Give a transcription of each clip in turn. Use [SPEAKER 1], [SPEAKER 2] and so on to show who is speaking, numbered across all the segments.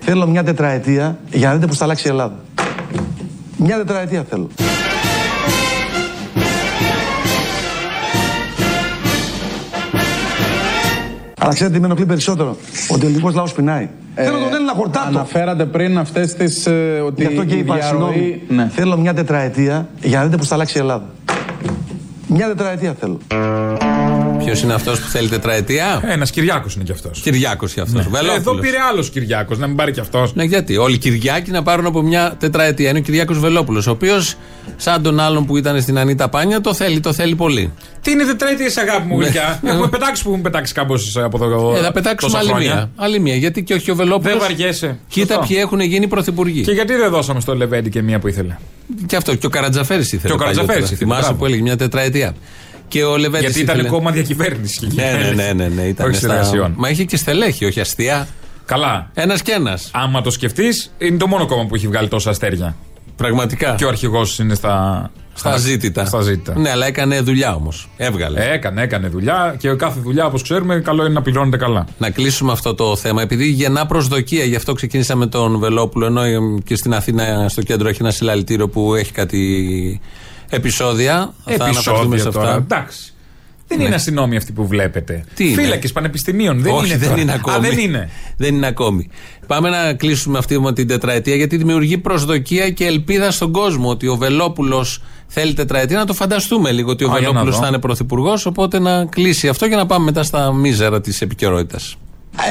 [SPEAKER 1] Θέλω μια τετραετία για να δείτε πώς θα αλλάξει η Ελλάδα. Μια τετραετία θέλω. Αλλά ξέρετε τι με ενοχλεί περισσότερο. Ότι ο ελληνικός λαός πεινάει. Θέλω τον Έλληνα χορτάτο.
[SPEAKER 2] Αναφέρατε πριν αυτές τις. Ε, ότι
[SPEAKER 1] Γι' αυτό και
[SPEAKER 2] η
[SPEAKER 1] είπα,
[SPEAKER 2] διαρροή-
[SPEAKER 1] συγγνώμη,
[SPEAKER 2] Ναι.
[SPEAKER 1] θέλω μια τετραετία για να δείτε πώς θα αλλάξει η Ελλάδα. Μια τετραετία θέλω.
[SPEAKER 3] Ποιο είναι αυτός που θέλει τετραετία.
[SPEAKER 4] Ένας Κυριάκος είναι κι αυτός.
[SPEAKER 3] Κυριάκος ή αυτός.
[SPEAKER 4] Ναι. Εδώ πήρε άλλος Κυριάκος, να μην πάρει κι αυτός.
[SPEAKER 3] Ναι, γιατί. Όλοι οι Κυριάκοι να πάρουν από μια τετραετία. Είναι ο Κυριάκος Βελόπουλος, ο οποίος, σαν τον άλλον που ήταν στην Ανίτα Πάνια, το θέλει, το θέλει πολύ.
[SPEAKER 4] Τι είναι τετραετίες, αγάπη μου, γλυκιά. Έχουμε πετάξει που έχουμε πετάξει καμπόσες από εδώ.
[SPEAKER 3] Ναι. Ε, θα πετάξουμε
[SPEAKER 4] τόσα
[SPEAKER 3] άλλη
[SPEAKER 4] χρόνια.
[SPEAKER 3] μία. Άλλη μία. Γιατί και όχι ο Βελόπουλος.
[SPEAKER 4] Δεν βαριέσαι.
[SPEAKER 3] Κοίτα
[SPEAKER 4] Σωστό.
[SPEAKER 3] ποιοι έχουν γίνει πρωθυπουργοί.
[SPEAKER 4] Και
[SPEAKER 3] Και,
[SPEAKER 4] γιατί δεν δώσαμε στο Λεβέντι και μία που ήθελε.
[SPEAKER 3] αυτό. Και ο Καρατζαφέρης ήθελε.
[SPEAKER 4] Και ο Καρατζαφέρης
[SPEAKER 3] παλιότερα.
[SPEAKER 4] ήθελε,
[SPEAKER 3] Θυμάσαι
[SPEAKER 4] μπράβο.
[SPEAKER 3] που έλεγε μια τετραετία. Και ο Λεβέντης.
[SPEAKER 4] γιατί ήταν κόμμα διακυβέρνηση.
[SPEAKER 3] Ναι, ναι, ναι, ναι, ναι, ήταν
[SPEAKER 4] Όχι
[SPEAKER 3] στα-
[SPEAKER 4] συνεργασιών.
[SPEAKER 3] Μα είχε και στελέχη, όχι αστεία.
[SPEAKER 4] Καλά.
[SPEAKER 3] Ένας και ένας.
[SPEAKER 4] Άμα το σκεφτείς, είναι το μόνο κόμμα που έχει βγάλει τόσα αστέρια.
[SPEAKER 3] Πραγματικά.
[SPEAKER 4] Και ο αρχηγός είναι στα.
[SPEAKER 3] Στα ζήτητα.
[SPEAKER 4] Στα ζήτητα.
[SPEAKER 3] Ναι, αλλά έκανε δουλειά όμως. Έβγαλε.
[SPEAKER 4] Ε, έκανε, έκανε δουλειά και κάθε δουλειά, όπως ξέρουμε, καλό είναι να πληρώνεται καλά.
[SPEAKER 3] Να κλείσουμε αυτό το θέμα, επειδή γεννά προσδοκία, γι' αυτό ξεκίνησαμε τον Βελόπουλο, ενώ ε, και στην Αθήνα στο κέντρο έχει ένα συλλαλητήριο που έχει κάτι επεισόδια. θα αναφερθούμε
[SPEAKER 4] Επεισόδια
[SPEAKER 3] σε
[SPEAKER 4] τώρα.
[SPEAKER 3] αυτά. Ναι.
[SPEAKER 4] Εντάξει. Δεν είναι αστυνόμοι αυτοί που βλέπετε.
[SPEAKER 3] Τι είναι?
[SPEAKER 4] Φύλακες πανεπιστημίων. Δεν
[SPEAKER 3] Όχι,
[SPEAKER 4] είναι
[SPEAKER 3] δεν
[SPEAKER 4] τώρα.
[SPEAKER 3] είναι ακόμη.
[SPEAKER 4] Α, δεν είναι.
[SPEAKER 3] Δεν είναι ακόμη. Πάμε να κλείσουμε αυτή με την τετραετία, γιατί δημιουργεί προσδοκία και ελπίδα στον κόσμο ότι ο Βελόπουλος θέλει τετραετία. Να το φανταστούμε λίγο ότι ο
[SPEAKER 4] Α, για να
[SPEAKER 3] Βελόπουλος
[SPEAKER 4] δω.
[SPEAKER 3] θα είναι πρωθυπουργός, οπότε να κλείσει αυτό για να πάμε μετά στα μίζερα της επικαιρότητας.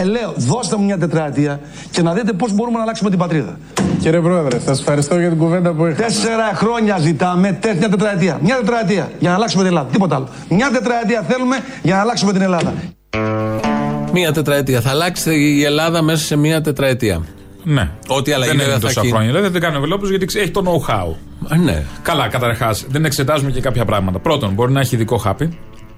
[SPEAKER 1] Ε, λέω, δώστε μου μια τετραετία και να δείτε πώς μπορούμε να αλλάξουμε την πατρίδα.
[SPEAKER 2] Κύριε Πρόεδρε, σας ευχαριστώ για την κουβέντα που είχατε.
[SPEAKER 1] Τέσσερα χρόνια ζητάμε τε- μια τετραετία. Μια τετραετία για να αλλάξουμε την Ελλάδα. Τίποτα άλλο. Μια τετραετία θέλουμε για να αλλάξουμε την Ελλάδα.
[SPEAKER 3] Μία τετραετία. Θα αλλάξει η Ελλάδα μέσα σε μία τετραετία.
[SPEAKER 4] Ναι.
[SPEAKER 3] Ό,τι αλλαγή
[SPEAKER 4] δεν
[SPEAKER 3] βέβαια
[SPEAKER 4] είναι
[SPEAKER 3] θα
[SPEAKER 4] τόσα
[SPEAKER 3] έχει.
[SPEAKER 4] χρόνια. Δεν την κάνει ο Βελόπουλο γιατί έχει το know-how.
[SPEAKER 3] Α, Ναι.
[SPEAKER 4] Καλά, καταρχάς, δεν εξετάζουμε και κάποια πράγματα. Πρώτον, μπορεί να έχει ειδικό χάπι.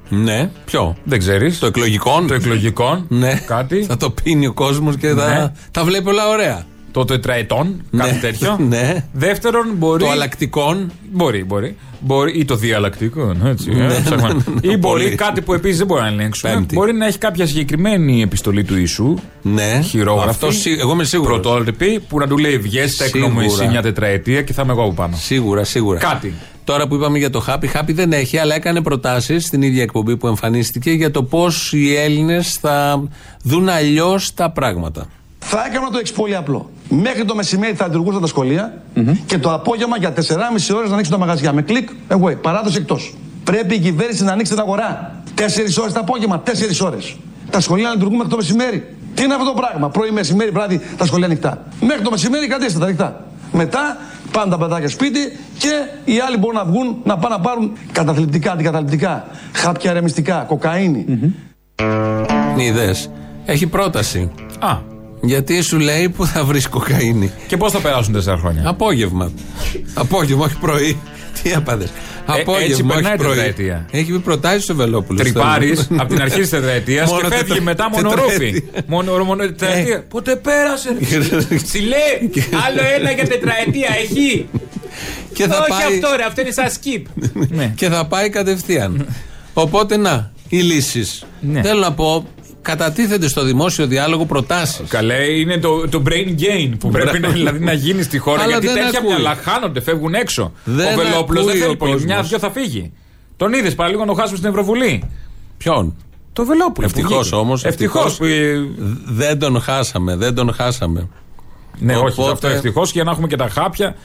[SPEAKER 3] Ναι. Ποιο.
[SPEAKER 4] Δεν ξέρεις.
[SPEAKER 3] Το εκλογικό.
[SPEAKER 4] Το εκλογικό.
[SPEAKER 3] Ναι.
[SPEAKER 4] Κάτι.
[SPEAKER 3] Θα το πίνει ο κόσμος και
[SPEAKER 4] Ναι.
[SPEAKER 3] θα τα βλέπει όλα ωραία.
[SPEAKER 4] Το τετραετών. Κάτι
[SPEAKER 3] Ναι.
[SPEAKER 4] τέτοιο.
[SPEAKER 3] Ναι.
[SPEAKER 4] Δεύτερον, μπορεί.
[SPEAKER 3] Το αλλακτικόν.
[SPEAKER 4] Μπορεί, μπορεί. μπορεί. Ή το διαλλακτικό. Έτσι,
[SPEAKER 3] Ναι,
[SPEAKER 4] ε, ψάχνουμε.
[SPEAKER 3] ναι, ναι,
[SPEAKER 4] ή
[SPEAKER 3] ναι,
[SPEAKER 4] μπορεί
[SPEAKER 3] πολύ.
[SPEAKER 4] κάτι που επίσης δεν μπορεί να ελέγξουμε.
[SPEAKER 3] Πέμπτη.
[SPEAKER 4] Μπορεί να έχει κάποια συγκεκριμένη επιστολή του ίσου.
[SPEAKER 3] Ναι.
[SPEAKER 4] Χειρόγραφη.
[SPEAKER 3] Αυτό σι- εγώ είμαι σίγουρος.
[SPEAKER 4] Πρωτότυπη που να του λέει βγες τα
[SPEAKER 3] Σίγουρα.
[SPEAKER 4] εκνομή σε μια τετραετία και θα είμαι εγώ από πάνω.
[SPEAKER 3] Σίγουρα, σίγουρα.
[SPEAKER 4] Κάτι.
[SPEAKER 3] Τώρα που είπαμε για το Χάπι, Χάπι δεν έχει, αλλά έκανε προτάσεις στην ίδια εκπομπή που εμφανίστηκε για το πώς οι Έλληνες θα δουν αλλιώς τα πράγματα.
[SPEAKER 1] Θα έκανα το εξή πολύ απλό. Μέχρι το μεσημέρι θα λειτουργούσαν τα σχολεια και το απόγευμα για 4,5 ώρες να ανοίξουν τα μαγαζιά. Με κλικ, away. Παράδοση εκτός. Πρέπει η κυβέρνηση να ανοίξει την αγορά. 4 ώρες το απόγευμα, 4 ώρες. Τα σχολεία να λειτουργούν μέχρι το μεσημέρι. Τι είναι αυτό το πράγμα. Πρωί, μεσημέρι, βράδυ τα σχολεία ανοιχτά. Μέχρι το μεσημέρι κρατήστε τα ανοιχτά. Μετά πάνε τα παιδάκια σπίτι και οι άλλοι μπορούν να βγουν να πάνε να πάρουν καταθλιπτικά, αντικαταθλιπτικά, χάπια ρεμιστικά, κοκαίνη.
[SPEAKER 3] Είναι ιδέε. Έχει πρόταση.
[SPEAKER 4] Α,
[SPEAKER 3] Γιατί σου λέει που θα βρεις κοκαίνη.
[SPEAKER 4] και πώς θα περάσουν τέσσερα χρόνια.
[SPEAKER 3] Απόγευμα. Απόγευμα, όχι πρωί. Τι έπαθε. Απόγευμα,
[SPEAKER 4] Ε, έτσι περνάει
[SPEAKER 3] όχι
[SPEAKER 4] η
[SPEAKER 3] πρωί.
[SPEAKER 4] τετραετία.
[SPEAKER 3] Έχει πει προτάσεις ο Βελόπουλο.
[SPEAKER 4] Τρυπάρει από την αρχή της τετραετίας και
[SPEAKER 3] Μόνο
[SPEAKER 4] φεύγει
[SPEAKER 3] τετρα-
[SPEAKER 4] μετά μονορούφι.
[SPEAKER 3] τετραετία. Ε.
[SPEAKER 4] Μόνο μόνο τετραετία. Πότε πέρασε. ρε. Ψηλέ, άλλο ένα για τετραετία έχει.
[SPEAKER 3] και θα πάει,
[SPEAKER 4] ρε, αυτό είναι σαν skip. Ναι.
[SPEAKER 3] και θα πάει κατευθείαν. Οπότε να, οι λύσεις.
[SPEAKER 4] Ναι.
[SPEAKER 3] Θέλω να πω, κατατίθεται στο δημόσιο διάλογο προτάσεις.
[SPEAKER 4] Καλέ, είναι το, το brain gain που πρέπει να, δηλαδή, να γίνει στη χώρα.
[SPEAKER 3] Αλλά
[SPEAKER 4] γιατί
[SPEAKER 3] δεν
[SPEAKER 4] τέτοια
[SPEAKER 3] ακούει.
[SPEAKER 4] μυαλά χάνονται, φεύγουν έξω.
[SPEAKER 3] Δεν
[SPEAKER 4] ο Βελόπουλος δεν
[SPEAKER 3] ακούει
[SPEAKER 4] θέλει
[SPEAKER 3] ο
[SPEAKER 4] πολύ.
[SPEAKER 3] κόσμος.
[SPEAKER 4] Μια-δυο θα φύγει. Τον είδες παραλίγο να το χάσουμε στην Ευρωβουλή.
[SPEAKER 3] Ποιον.
[SPEAKER 4] Το Βελόπουλο.
[SPEAKER 3] Ευτυχώ όμως.
[SPEAKER 4] Ευτυχώς.
[SPEAKER 3] Δεν τον χάσαμε, δεν τον χάσαμε.
[SPEAKER 4] Ναι, όχι,
[SPEAKER 3] Οπότε-
[SPEAKER 4] αυτό ευτυχώς για να έχουμε και τα χάπια.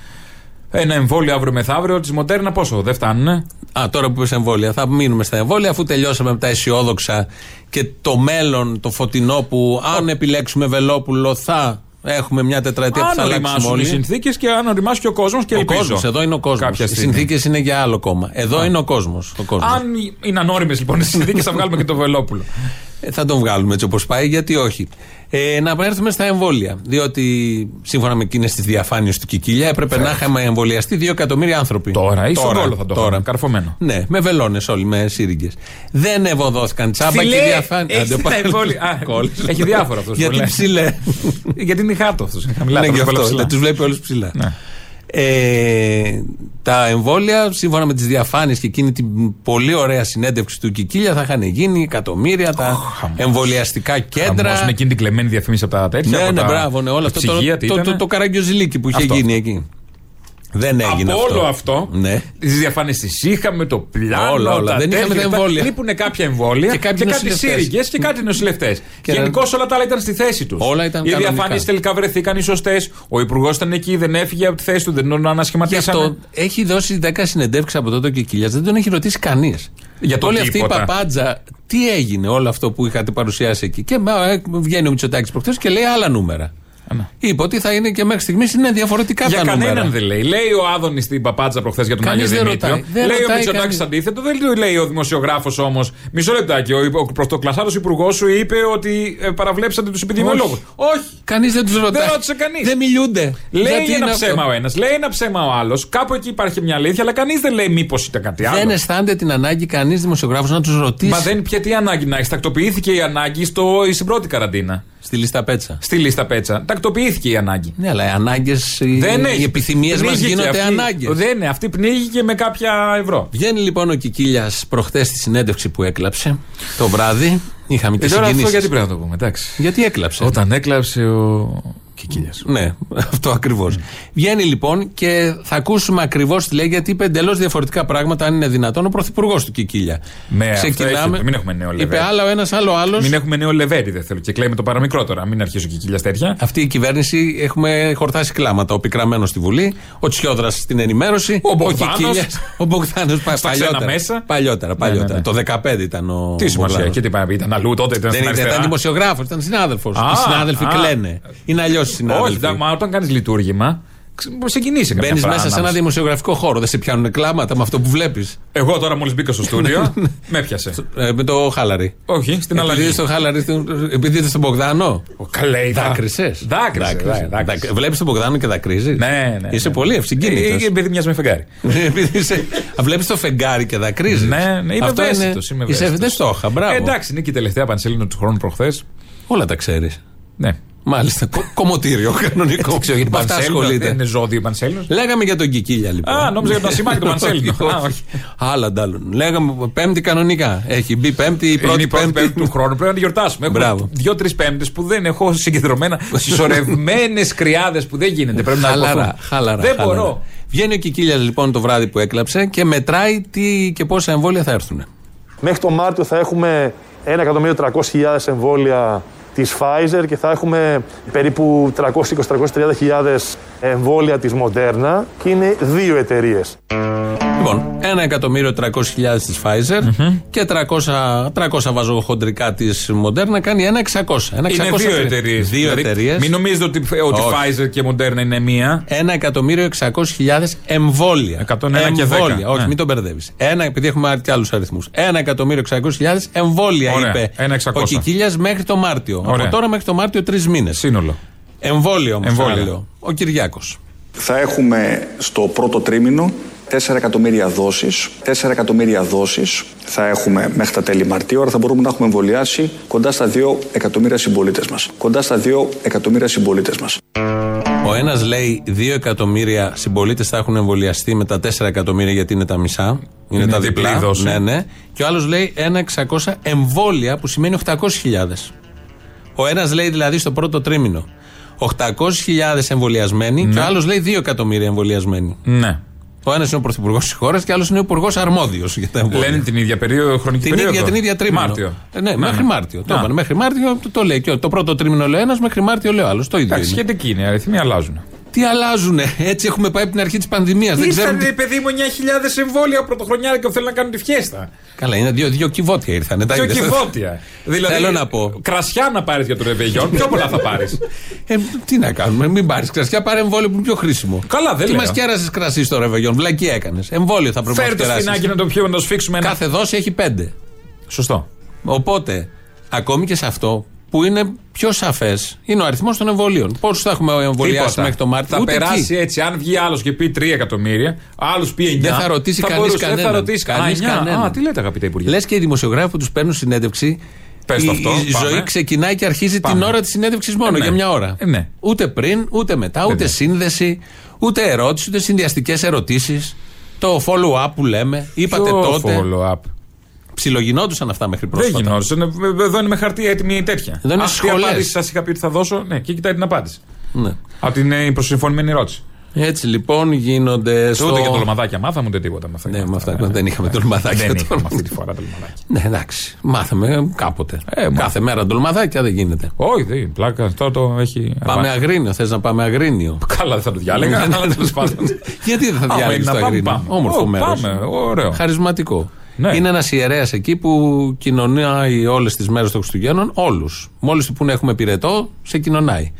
[SPEAKER 4] Ένα εμβόλιο αύριο μεθαύριο της Μοντέρνα πόσο, δεν ε? φτάνουνε.
[SPEAKER 3] Α, τώρα που είπες εμβόλια, θα μείνουμε στα εμβόλια αφού τελειώσαμε με τα αισιόδοξα και το μέλλον, το φωτεινό που αν επιλέξουμε Βελόπουλο θα έχουμε μια τετραετία που θα
[SPEAKER 4] Αν
[SPEAKER 3] αλλάξουμε
[SPEAKER 4] οριμάσουν οι
[SPEAKER 3] όλοι.
[SPEAKER 4] συνθήκες και αν οριμάσει και ο κόσμος και
[SPEAKER 3] Ο
[SPEAKER 4] ελπίζω.
[SPEAKER 3] κόσμος, εδώ είναι ο κόσμος.
[SPEAKER 4] κάποια
[SPEAKER 3] Οι
[SPEAKER 4] στιγμή.
[SPEAKER 3] συνθήκες είναι για άλλο κόμμα. Εδώ είναι ο κόσμος.
[SPEAKER 4] Αν είναι ανώριμες λοιπόν οι συνθήκες, θα βγάλουμε και το Βελόπουλο.
[SPEAKER 3] Ε, θα τον βγάλουμε έτσι όπως πάει, γιατί όχι. Ε, να επανέλθουμε στα εμβόλια. Διότι σύμφωνα με εκείνες τις διαφάνειες του Κικίλια έπρεπε να είχαμε εμβολιαστεί 2 εκατομμύρια άνθρωποι.
[SPEAKER 4] Τώρα, ή στον
[SPEAKER 3] Τώρα,
[SPEAKER 4] Βόλο θα το είχαμε, καρφωμένο.
[SPEAKER 3] Ναι, με βελόνες όλοι, με σύριγγες. Δεν ευωδόθηκαν τσάμπα
[SPEAKER 4] Φιλέ,
[SPEAKER 3] και διαφάνεια.
[SPEAKER 4] έχεις
[SPEAKER 3] Άντε,
[SPEAKER 4] τα
[SPEAKER 3] πάλι.
[SPEAKER 4] εμβόλια. Α,
[SPEAKER 3] Κόλλησε.
[SPEAKER 4] έχει διάφορα αυτός που
[SPEAKER 3] Γιατί Ναι,
[SPEAKER 4] λέει.
[SPEAKER 3] ψηλέ.
[SPEAKER 4] Γιατί είναι χάτο αυτός.
[SPEAKER 3] δηλαδή, Ναι, γι' αυτό. Δεν τους βλέπει όλους ψηλά. Ε, τα εμβόλια, σύμφωνα με τις διαφάνειες και εκείνη την πολύ ωραία συνέντευξη του Κικίλια, θα είχαν γίνει εκατομμύρια τα εμβολιαστικά κέντρα.
[SPEAKER 5] Χαμός με εκείνη την κλεμμένη διαφήμιση από τα τέτοια.
[SPEAKER 3] Ναι,
[SPEAKER 5] από
[SPEAKER 3] ναι,
[SPEAKER 5] τα...
[SPEAKER 3] μπράβο, ναι, όλα
[SPEAKER 5] τα
[SPEAKER 3] αυτά. Το,
[SPEAKER 5] ψυγεία, τι
[SPEAKER 3] το,
[SPEAKER 5] ήτανε.
[SPEAKER 3] το, το καραγκιόζηλίκι που είχε
[SPEAKER 5] Αυτό.
[SPEAKER 3] γίνει εκεί. Δεν έγινε
[SPEAKER 5] από
[SPEAKER 3] αυτό.
[SPEAKER 5] όλο αυτό,
[SPEAKER 3] Ναι.
[SPEAKER 5] τις διαφάνειε τι είχαμε, το πλάνο,
[SPEAKER 3] Όλα, όλα.
[SPEAKER 5] τα
[SPEAKER 3] Δεν είχαμε
[SPEAKER 5] τέτοια,
[SPEAKER 3] τα εμβόλια.
[SPEAKER 5] Λείπουν κάποια εμβόλια
[SPEAKER 3] Και
[SPEAKER 5] και,
[SPEAKER 3] κάποιοι
[SPEAKER 5] κάτι
[SPEAKER 3] νοσηλευτές.
[SPEAKER 5] σύριγγες και κάτι νοσηλευτές.
[SPEAKER 3] Και
[SPEAKER 5] Γενικώς όλα τα άλλα ήταν στη θέση τους.
[SPEAKER 3] Όλα ήταν
[SPEAKER 5] Οι
[SPEAKER 3] κανονικά.
[SPEAKER 5] διαφάνειε τελικά βρεθήκαν οι σωστές. Ο υπουργός ήταν εκεί, δεν έφυγε από τη θέση του, δεν τον
[SPEAKER 3] Γι'
[SPEAKER 5] ανασχηματίσαμε.
[SPEAKER 3] αυτό έχει δώσει 10 συνεντεύξεις από τότε ο Κικίλια. Δεν τον έχει ρωτήσει κανείς.
[SPEAKER 5] Για το
[SPEAKER 3] Όλη αυτή
[SPEAKER 5] τίποτα.
[SPEAKER 3] η παπάντζα, τι έγινε όλο αυτό που είχατε παρουσιάσει εκεί. Και μα, ε, βγαίνει ο Μητσοτάκης προχθές και λέει άλλα νούμερα. Είπε ότι θα είναι και μέχρι στιγμής είναι διαφορετικά
[SPEAKER 5] ναι. Για
[SPEAKER 3] τα νούμερα.
[SPEAKER 5] κανέναν δεν λέει. Λέει ο Άδωνης στην παπάτσα προχθές για τον
[SPEAKER 3] Κανείς
[SPEAKER 5] Άγιο
[SPEAKER 3] δεν
[SPEAKER 5] Δημήτριο.
[SPEAKER 3] ρωτάει. Δεν
[SPEAKER 5] λέει ο
[SPEAKER 3] ρωτάει
[SPEAKER 5] Μητσοτάκης
[SPEAKER 3] κανείς.
[SPEAKER 5] αντίθετο. Δεν του λέει ο δημοσιογράφος όμως. Μισό λεπτάκι. Ο, ο πρωτοκλασάρο υπουργός σου είπε ότι ε, παραβλέψατε τους επιδημιολόγους. Όχι.
[SPEAKER 3] Κανείς δεν τους ρωτάει.
[SPEAKER 5] Δεν ρώτησε κανείς.
[SPEAKER 3] Δεν μιλούνται.
[SPEAKER 5] Λέει
[SPEAKER 3] Γιατί
[SPEAKER 5] ένα
[SPEAKER 3] είναι αυτό.
[SPEAKER 5] ψέμα ο ένας, λέει ένα ψέμα ο άλλος. Κάπου εκεί υπάρχει μια αλήθεια, αλλά κανείς δεν λέει μήπως ήταν κάτι άλλο.
[SPEAKER 3] Δεν αισθάνεται την ανάγκη κανείς δημοσιογράφος να τους ρωτήσει.
[SPEAKER 5] Μα δεν πια τι ανάγκη να έχει. Τακτοποιήθηκε η ανάγκη στο, στην πρώτη καραντίνα.
[SPEAKER 3] Στη λίστα πέτσα.
[SPEAKER 5] Στη λίστα πέτσα. Τακτοποιήθηκε η ανάγκη.
[SPEAKER 3] Ναι, αλλά οι ανάγκες,
[SPEAKER 5] Δεν
[SPEAKER 3] οι
[SPEAKER 5] έχει.
[SPEAKER 3] επιθυμίες μας
[SPEAKER 5] Πνίγηκε
[SPEAKER 3] γίνονται
[SPEAKER 5] αυτή.
[SPEAKER 3] ανάγκες.
[SPEAKER 5] Δεν είναι. Αυτή πνίγηκε με κάποια ευρώ.
[SPEAKER 3] Βγαίνει λοιπόν ο Κικίλιας προχθέ στη συνέντευξη που έκλαψε το βράδυ. Είχαμε και
[SPEAKER 5] Και Ε, τώρα αυτό
[SPEAKER 3] συγκινήσεις.
[SPEAKER 5] γιατί πρέπει να το πούμε, εντάξει.
[SPEAKER 3] Γιατί έκλαψε.
[SPEAKER 5] Όταν έκλαψε ο Κικίλια.
[SPEAKER 3] Ναι, αυτό ακριβώς. Βγαίνει λοιπόν και θα ακούσουμε ακριβώς τι λέει, γιατί είπε εντελώς διαφορετικά πράγματα, αν είναι δυνατόν, ο πρωθυπουργός του Κικίλια.
[SPEAKER 5] Ναι, αυτό έχει, μην έχουμε νέο
[SPEAKER 3] Είπε
[SPEAKER 5] level.
[SPEAKER 3] άλλο ένας, άλλο άλλος.
[SPEAKER 5] Μην έχουμε νέο λεβέντι, δεν θέλω. Και κλαίει με το παραμικρό τώρα. Μην αρχίσει ο Κικίλιας τέτοια.
[SPEAKER 3] Αυτή η κυβέρνηση έχουμε χορτάσει κλάματα. Ο Πικραμένος στη Βουλή, ο Τσιόδρας στην ενημέρωση,
[SPEAKER 5] Ο Μπογδάνος.
[SPEAKER 3] Κικίλιας, Ο Μπογδάνος
[SPEAKER 5] Στα ξένα
[SPEAKER 3] παλιότερα.
[SPEAKER 5] μέσα.
[SPEAKER 3] Παλιότερα, παλιότερα.
[SPEAKER 5] ναι.
[SPEAKER 3] Το 15 ήταν ο.
[SPEAKER 5] Τι σημασία,
[SPEAKER 3] Μπογδάνος.
[SPEAKER 5] και τι πάει να πει, ήταν αλλού τότε, ήταν
[SPEAKER 3] Δεν
[SPEAKER 5] στην
[SPEAKER 3] ήταν,
[SPEAKER 5] αριστερά.
[SPEAKER 3] ήταν δημοσιογράφος, ήταν συνάδελφος.
[SPEAKER 5] Α,
[SPEAKER 3] Οι συνάδελφοι
[SPEAKER 5] α.
[SPEAKER 3] κλαίνε. Είναι αλλιώς οι συνάδελφοι.
[SPEAKER 5] Όχι, εντάξει, μα όταν κάνεις λειτουργήμα, ξε- σε κινείσαι κάποια
[SPEAKER 3] Μπαίνεις
[SPEAKER 5] φορά,
[SPEAKER 3] μέσα σε ένα
[SPEAKER 5] ανάμεσα.
[SPEAKER 3] δημοσιογραφικό χώρο, δεν σε πιάνουν κλάματα με αυτό που βλέπεις.
[SPEAKER 5] Εγώ τώρα μόλις μπήκα στο στούντιο, με πιάσε.
[SPEAKER 3] ε, με το χάλαρη.
[SPEAKER 5] Όχι, στην
[SPEAKER 3] Ναι, Επειδή
[SPEAKER 5] αλλαγή.
[SPEAKER 3] στο χάλαρη, στην- επειδή είδες τον Μπογδάνο.
[SPEAKER 5] Ο, Καλέ, είδα.
[SPEAKER 3] Δάκρυσες.
[SPEAKER 5] Δάκρυσες, δάκρυσες.
[SPEAKER 3] Βλέπεις τον Μπογδάνο και δακρύζεις.
[SPEAKER 5] Ναι, ναι.
[SPEAKER 3] Είσαι
[SPEAKER 5] ναι.
[SPEAKER 3] πολύ
[SPEAKER 5] Ε, ε,
[SPEAKER 3] ευσυγκίνητο.
[SPEAKER 5] Επειδή μοιάζει με φεγγάρι.
[SPEAKER 3] Επειδή είσαι. Βλέπεις το φεγγάρι και δακρύζεις.
[SPEAKER 5] Ναι, ναι, είμαι ευαίσθητος, είμαι
[SPEAKER 3] Είσαι
[SPEAKER 5] ευαίσθητος.
[SPEAKER 3] δεν στο είχα, μπράβο.
[SPEAKER 5] Ε, εντάξει, είναι και η τελευταία πανσέλινο του χρόνου προχθές.
[SPEAKER 3] Όλα τα ξέρεις.
[SPEAKER 5] Ναι.
[SPEAKER 3] Μάλιστα. κο- Κομμωτήριο κανονικό. Με αυτά
[SPEAKER 5] Πανσέλινο,
[SPEAKER 3] ασχολείται.
[SPEAKER 5] Δεν είναι ζώδιο πανσέλινο.
[SPEAKER 3] Λέγαμε για τον Κικίλια λοιπόν.
[SPEAKER 5] Α, νόμιζα για τον Ασημάκη, τον Πανσέλινο.
[SPEAKER 3] Όχι,
[SPEAKER 5] Α,
[SPEAKER 3] όχι.
[SPEAKER 5] όχι.
[SPEAKER 3] Άλλα αντάλλων. Λέγαμε πέμπτη κανονικά. Έχει μπει πέμπτη ή
[SPEAKER 5] Είναι
[SPEAKER 3] πρώτη
[SPEAKER 5] η πρώτη πέμπτη του χρόνου. Πρέπει να τη γιορτάσουμε.
[SPEAKER 3] Μπράβο.
[SPEAKER 5] Έχουμε δύο-τρει πέμπτες που δεν έχω συγκεντρωμένα, συσσωρευμένες κρυάδες που δεν γίνεται. Πρέπει να
[SPEAKER 3] Χαλαρά,
[SPEAKER 5] αποφύγω.
[SPEAKER 3] χαλαρά.
[SPEAKER 5] Δεν
[SPEAKER 3] χαλαρά.
[SPEAKER 5] μπορώ.
[SPEAKER 3] Βγαίνει ο Κικίλιας λοιπόν το βράδυ που έκλαψε και μετράει τι και πόσα εμβόλια θα έρθουν.
[SPEAKER 6] Μέχρι τον Μάρτιο θα έχουμε 1.300.000 εμβόλια της Pfizer και θα έχουμε περίπου 320-330.000 εμβόλια της Moderna και είναι δύο εταιρείες.
[SPEAKER 3] Λοιπόν, 1.300.000 τη Pfizer και 300, 300 βάζω χοντρικά της Moderna κάνει 1.600.
[SPEAKER 5] Είναι δύο εταιρείες.
[SPEAKER 3] Δύο εταιρείες.
[SPEAKER 5] Μην νομίζετε ότι, ότι
[SPEAKER 3] Όχι.
[SPEAKER 5] Pfizer και Moderna είναι μία.
[SPEAKER 3] 1.600.000 εμβόλια.
[SPEAKER 5] 101 και 10.
[SPEAKER 3] Όχι,
[SPEAKER 5] Ναι.
[SPEAKER 3] μην τον μπερδεύεις. Ένα, επειδή έχουμε και άλλους αριθμούς. 1.600.000 εμβόλια
[SPEAKER 5] Ωραία.
[SPEAKER 3] είπε
[SPEAKER 5] 1.600.
[SPEAKER 3] ο Κικίλιας μέχρι το Μάρτιο. Από
[SPEAKER 5] Ωραία.
[SPEAKER 3] τώρα μέχρι το Μάρτιο τρεις μήνες.
[SPEAKER 5] Σύνολο.
[SPEAKER 3] Εμβόλιο όμως.
[SPEAKER 5] Εμβόλιο.
[SPEAKER 3] Ο Κυριάκος.
[SPEAKER 7] Θα έχουμε στο πρώτο τρίμηνο 4 εκατομμύρια δόσεις. 4 εκατομμύρια δόσεις θα έχουμε μέχρι τα τέλη Μαρτίου, άρα θα μπορούμε να έχουμε εμβολιάσει κοντά στα 2 εκατομμύρια συμπολίτες μας. Κοντά στα 2 εκατομμύρια συμπολίτες μας.
[SPEAKER 3] Ο ένας λέει 2 εκατομμύρια συμπολίτες θα έχουν εμβολιαστεί με τα 4 εκατομμύρια γιατί είναι τα μισά. Είναι,
[SPEAKER 5] Είναι
[SPEAKER 3] τα
[SPEAKER 5] διπλή
[SPEAKER 3] διπλά.
[SPEAKER 5] δόση.
[SPEAKER 3] Ναι, ναι. Και ο άλλος λέει 1.600 εμβόλια που σημαίνει 800.000. Ο ένας λέει δηλαδή στο πρώτο τρίμηνο 800.000 εμβολιασμένοι και ο άλλος λέει 2 εκατομμύρια εμβολιασμένοι.
[SPEAKER 5] Ναι.
[SPEAKER 3] Ο ένας είναι ο πρωθυπουργός της χώρας και ο άλλος είναι ο υπουργός αρμόδιος για τα εμβόλια.
[SPEAKER 5] Λένε την ίδια περίοδο, χρονική
[SPEAKER 3] Την
[SPEAKER 5] περίοδο.
[SPEAKER 3] ίδια, την ίδια τρίμηνο.
[SPEAKER 5] Μάρτιο.
[SPEAKER 3] Ε, ναι, μέχρι Μάρτιο. Το είπαν. Μέχρι Μάρτιο το, το λέει και ο- το πρώτο τρίμηνο λέει ένας, μέχρι Μάρτιο λέει ο άλλος. Το ίδιο.
[SPEAKER 5] Εντάξει,
[SPEAKER 3] είναι.
[SPEAKER 5] σχετική είναι, οι αριθμοί αλλάζουν.
[SPEAKER 3] Τι αλλάζουνε. Έτσι έχουμε πάει από την αρχή της πανδημίας. Δεν ξέρουμε. τι-
[SPEAKER 5] Ήρθανε, παιδί μου, 9.000 εμβόλια πρωτοχρονιάρικα που θέλουν να κάνουν τη φιέστα.
[SPEAKER 3] Καλά, είναι δύο, δύο κυβότια ήρθαν.
[SPEAKER 5] Πιο κυβότια. δηλαδή,
[SPEAKER 3] Θέλω να πω.
[SPEAKER 5] Κρασιά να πάρεις για το ρεβεγιόν, πιο πολλά θα πάρεις.
[SPEAKER 3] Ε, τι να κάνουμε, μην πάρεις κρασιά, πάρε εμβόλιο που είναι πιο χρήσιμο.
[SPEAKER 5] Καλά, δεν
[SPEAKER 3] Τι
[SPEAKER 5] λέω.
[SPEAKER 3] μας κέρασες κρασί στο ρεβεγιόν, βλακή έκανες. Εμβόλιο θα πρέπει
[SPEAKER 5] Φέρ
[SPEAKER 3] να
[SPEAKER 5] το σφινάκι
[SPEAKER 3] κεράσει.
[SPEAKER 5] να το πιούμε, να το σφίξουμε ένα.
[SPEAKER 3] Κάθε δόση έχει πέντε.
[SPEAKER 5] Σωστό.
[SPEAKER 3] Οπότε, ακόμη και σε αυτό που είναι πιο σαφές, είναι ο αριθμός των εμβολίων. Πόσους θα έχουμε εμβολιάσει
[SPEAKER 5] Τίποτα.
[SPEAKER 3] μέχρι το Μάρτιο,
[SPEAKER 5] Θα
[SPEAKER 3] ούτε εκεί.
[SPEAKER 5] περάσει έτσι. Αν βγει άλλος και πει 3 εκατομμύρια, άλλο πει 9.
[SPEAKER 3] Δεν θα ρωτήσει κανείς
[SPEAKER 5] μπορούσε, Δεν θα
[SPEAKER 3] κανέναν.
[SPEAKER 5] ρωτήσει
[SPEAKER 3] Κανείς
[SPEAKER 5] κανεί.
[SPEAKER 3] κανέναν.
[SPEAKER 5] Α, τι λέτε, αγαπητέ Υπουργέ.
[SPEAKER 3] Λες και οι δημοσιογράφοι που τους παίρνουν συνέντευξη
[SPEAKER 8] Πες το αυτό.
[SPEAKER 3] η, η
[SPEAKER 8] πάμε.
[SPEAKER 3] ζωή ξεκινάει και αρχίζει την ώρα της συνέντευξης μόνο
[SPEAKER 8] Ε, ναι.
[SPEAKER 3] για μια ώρα.
[SPEAKER 8] Ε, ναι.
[SPEAKER 3] Ούτε πριν, ούτε μετά, ούτε
[SPEAKER 8] ναι.
[SPEAKER 3] σύνδεση, ούτε ερώτηση, ούτε συνδυαστικές ερωτήσεις. Το follow-up που λέμε. Είπατε
[SPEAKER 8] Ποιο
[SPEAKER 3] τότε.
[SPEAKER 8] follow-up.
[SPEAKER 3] Ψιλογινόντουσαν αυτά μέχρι
[SPEAKER 8] Δεν
[SPEAKER 3] πρόσφατα.
[SPEAKER 8] γινόντουσαν. Ε, Εδώ είναι με χαρτί έτοιμη η τέτοια.
[SPEAKER 3] Εδώ είναι
[SPEAKER 8] Αχ, τι
[SPEAKER 3] σχολές.
[SPEAKER 8] απάντηση σας είχα πει ότι θα δώσω. Ναι, και κοιτάει την απάντηση.
[SPEAKER 3] Ναι.
[SPEAKER 8] Από την ε, προσυμφωνημένη ερώτηση.
[SPEAKER 3] Έτσι λοιπόν γίνονται. Στο...
[SPEAKER 8] Ούτε για το λομαδάκι μάθαμε ούτε τίποτα. με
[SPEAKER 3] Ναι, με αυτά
[SPEAKER 8] Ε,
[SPEAKER 3] δεν είχαμε τολμαδάκια.
[SPEAKER 8] Δεν
[SPEAKER 3] τώρα.
[SPEAKER 8] είχαμε αυτή τη φορά το λομαδάκι.
[SPEAKER 3] Ναι, εντάξει. Μάθαμε κάποτε.
[SPEAKER 8] Ε, μα-
[SPEAKER 3] Κάθε μέρα ντολμαδάκια δεν γίνεται.
[SPEAKER 8] Όχι, δεν πλάκα. Τώρα το έχει.
[SPEAKER 3] Πάμε
[SPEAKER 8] αρπάξει.
[SPEAKER 3] αγρίνιο. Θες να πάμε αγρίνιο.
[SPEAKER 8] Καλά, δεν θα το διάλεγα. αλλά τέλος πάντων.
[SPEAKER 3] Ναι, Γιατί δεν θα
[SPEAKER 8] Άμα
[SPEAKER 3] διάλεγε
[SPEAKER 8] είναι
[SPEAKER 3] το
[SPEAKER 8] να πάμε,
[SPEAKER 3] αγρίνιο.
[SPEAKER 8] πάμε.
[SPEAKER 3] Όμορφο
[SPEAKER 8] Ω,
[SPEAKER 3] μέρος.
[SPEAKER 8] Πάμε, ωραίο.
[SPEAKER 3] Χαρισματικό.
[SPEAKER 8] Ναι.
[SPEAKER 3] Είναι ένας ιερέας εκεί που κοινωνάει όλες τις μέρες των Χριστουγέννων, όλους. Μόλις που έχουμε πυρετό, σε κοινωνάει.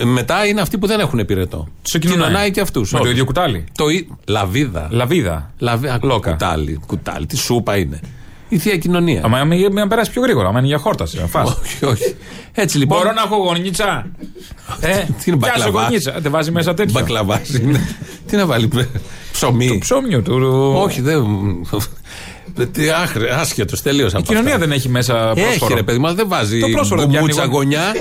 [SPEAKER 3] Ε, Μετά είναι αυτοί που δεν έχουν πυρετό.
[SPEAKER 8] Σε κοινωνάει.
[SPEAKER 3] και αυτούς.
[SPEAKER 8] Με το ίδιο κουτάλι.
[SPEAKER 3] Το ή- Λαβίδα.
[SPEAKER 8] Λαβίδα.
[SPEAKER 3] Λαβί... α,
[SPEAKER 8] Λόκα.
[SPEAKER 3] Κουτάλι, κουτάλι. Τι σούπα είναι. Η θεία κοινωνία.
[SPEAKER 8] Αμα άμα για- να περάσει πιο γρήγορα, άμα είναι για χόρταση. να φας.
[SPEAKER 3] Όχι, όχι. Έτσι λοιπόν.
[SPEAKER 8] Μπορώ να έχω γονίτσα. Ε,
[SPEAKER 3] Τι
[SPEAKER 8] πιάσω
[SPEAKER 3] είναι, μπακλαβά?
[SPEAKER 8] γονίτσα. Ε, Δεν βάζει μέσα τέτοιο.
[SPEAKER 3] Μπακλαβάς είναι. Τι να βάλει. Ψωμί.
[SPEAKER 8] Ψώμιο του.
[SPEAKER 3] Όχι, δεν. Τι άχρη- Άσχετο, τελείωσα.
[SPEAKER 8] Η κοινωνία δεν έχει μέσα
[SPEAKER 3] Έχει ρε παιδί μου, αλλά δεν βάζει
[SPEAKER 8] Το πρόσφορο δεν
[SPEAKER 3] μπουμούτσα
[SPEAKER 8] πιάνει εγώ.
[SPEAKER 3] γωνιά.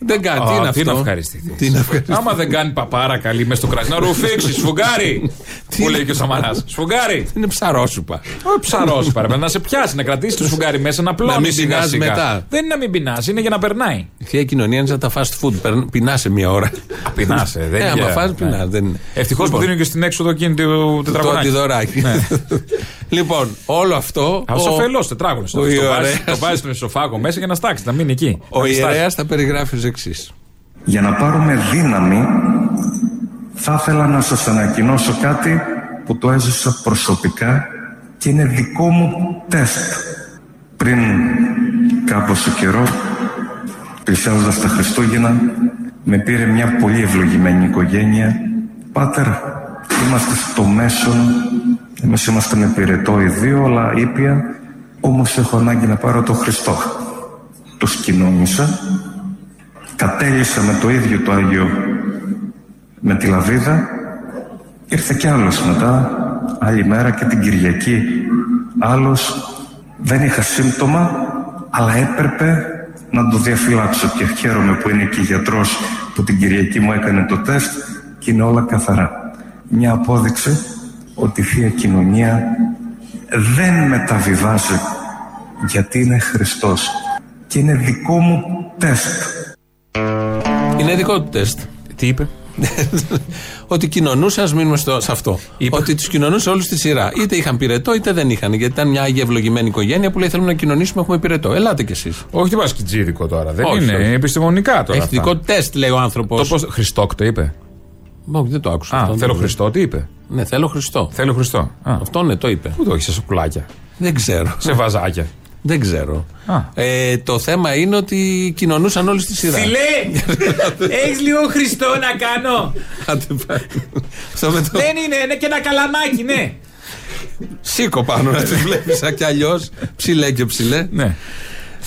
[SPEAKER 3] Δεν κάνει. Τι
[SPEAKER 8] Α,
[SPEAKER 3] είναι
[SPEAKER 8] τι
[SPEAKER 3] αυτό.
[SPEAKER 8] να ευχαριστηθείς.
[SPEAKER 3] Τι να ευχαριστηθείς.
[SPEAKER 8] Άμα δεν κάνει παπάρα καλή μέσα στο κρασί, να ρουφήξει, σφουγγάρι.
[SPEAKER 3] Τι
[SPEAKER 8] Που
[SPEAKER 3] είναι?
[SPEAKER 8] λέει και ο Σαμαράς. Σφουγγάρι.
[SPEAKER 3] Είναι ψαρόσουπα.
[SPEAKER 8] Όχι ψαρό, παραπέρα. Να σε πιάσει, να κρατήσεις το σφουγγάρι μέσα, να πλώνεις.
[SPEAKER 3] μην
[SPEAKER 8] σιγά
[SPEAKER 3] πεινάς
[SPEAKER 8] σιγά.
[SPEAKER 3] μετά.
[SPEAKER 8] Δεν είναι να μην πεινάς, είναι για να περνάει.
[SPEAKER 3] Η θεία κοινωνία είναι σαν τα fast food. περν- Πεινά σε μία ώρα.
[SPEAKER 8] Πεινάσαι, δεν
[SPEAKER 3] Ε,
[SPEAKER 8] είναι. Ναι.
[SPEAKER 3] άμα φας, πεινάς, δεν είναι.
[SPEAKER 8] Ευτυχώς που Ναι.
[SPEAKER 3] Λοιπόν.
[SPEAKER 8] δίνουν και στην έξοδο εκείνη το
[SPEAKER 3] Το
[SPEAKER 8] τετραγωνάκι.
[SPEAKER 3] αντιδωράκι. λοιπόν, όλο αυτό.
[SPEAKER 8] Α,
[SPEAKER 3] ο-
[SPEAKER 8] σοφελός τετράγωνος.
[SPEAKER 3] ο
[SPEAKER 8] Το βάζεις-
[SPEAKER 3] ιερέας-
[SPEAKER 8] το βάζεις στον ισοφάγο μέσα για να στάξει, να μείνει εκεί.
[SPEAKER 3] Ο
[SPEAKER 8] Να στάξει.
[SPEAKER 3] ιερέα τα περιγράφει ως εξής.
[SPEAKER 5] Για να πάρουμε δύναμη, θα ήθελα να σας ανακοινώσω κάτι που το έζησα προσωπικά και είναι δικό μου τεστ. Πριν κάποιο καιρός, πλησιάζοντας τα Χριστούγεννα, με πήρε μια πολύ ευλογημένη οικογένεια. Πάτερ, είμαστε στο μέσον, εμείς είμαστε με πυρετό οι δύο, αλλά ήπια, όμως έχω ανάγκη να πάρω το Χριστό. Το σκηνώνησα κατέλησα με το ίδιο το Άγιο με τη Λαβίδα ήρθε κι άλλος μετά άλλη μέρα και την Κυριακή άλλος δεν είχα σύμπτωμα αλλά έπρεπε να το διαφυλάξω και χαίρομαι που είναι και γιατρός που την Κυριακή μου έκανε το τεστ και είναι όλα καθαρά μια απόδειξη ότι η Θεία Κοινωνία δεν μεταβιβάζει γιατί είναι Χριστός και είναι δικό μου τεστ
[SPEAKER 3] Είναι δικό του τεστ.
[SPEAKER 8] Τι είπε.
[SPEAKER 3] ότι κοινωνούσαν, ας μείνουμε στο, σε αυτό. Ότι τους κοινωνούσε όλους στη σειρά. Είτε είχαν πυρετό, είτε δεν είχαν. Γιατί ήταν μια άγια ευλογημένη οικογένεια που λέει: Θέλουμε να κοινωνήσουμε, έχουμε πυρετό. Ελάτε κι εσείς.
[SPEAKER 8] Όχι, δεν βάζει κιτζίδικο τώρα. Δεν
[SPEAKER 3] Όχι,
[SPEAKER 8] είναι
[SPEAKER 3] όχι.
[SPEAKER 8] επιστημονικά τώρα.
[SPEAKER 3] Έχει
[SPEAKER 8] αυτά.
[SPEAKER 3] δικό τεστ, λέει ο άνθρωπος.
[SPEAKER 8] Το πώς... Χριστόκ το είπε.
[SPEAKER 3] Όχι, δεν το άκουσα.
[SPEAKER 8] Α,
[SPEAKER 3] αυτό.
[SPEAKER 8] θέλω Χριστό, τι είπε.
[SPEAKER 3] Ναι, θέλω Χριστό.
[SPEAKER 8] Θέλω Χριστό. Α,
[SPEAKER 3] Αυτό ναι, το είπε.
[SPEAKER 8] πού το έχεις σε σοκουλάκια.
[SPEAKER 3] Δεν ξέρω.
[SPEAKER 8] Σε βαζάκια.
[SPEAKER 3] Δεν ξέρω.
[SPEAKER 8] Α.
[SPEAKER 3] Ε, το θέμα είναι ότι κοινωνούσαν όλοι στη σειρά.
[SPEAKER 9] Φιλέ, έχεις λίγο Χριστό να κάνω.
[SPEAKER 3] Άντε πάλι. Αυτό με το-
[SPEAKER 9] Δεν είναι, είναι και ένα καλαμάκι, ναι.
[SPEAKER 3] Σήκω πάνω να τη βλέπεις σαν κι αλλιώς. Ψηλέ και ψηλέ.
[SPEAKER 8] Ναι.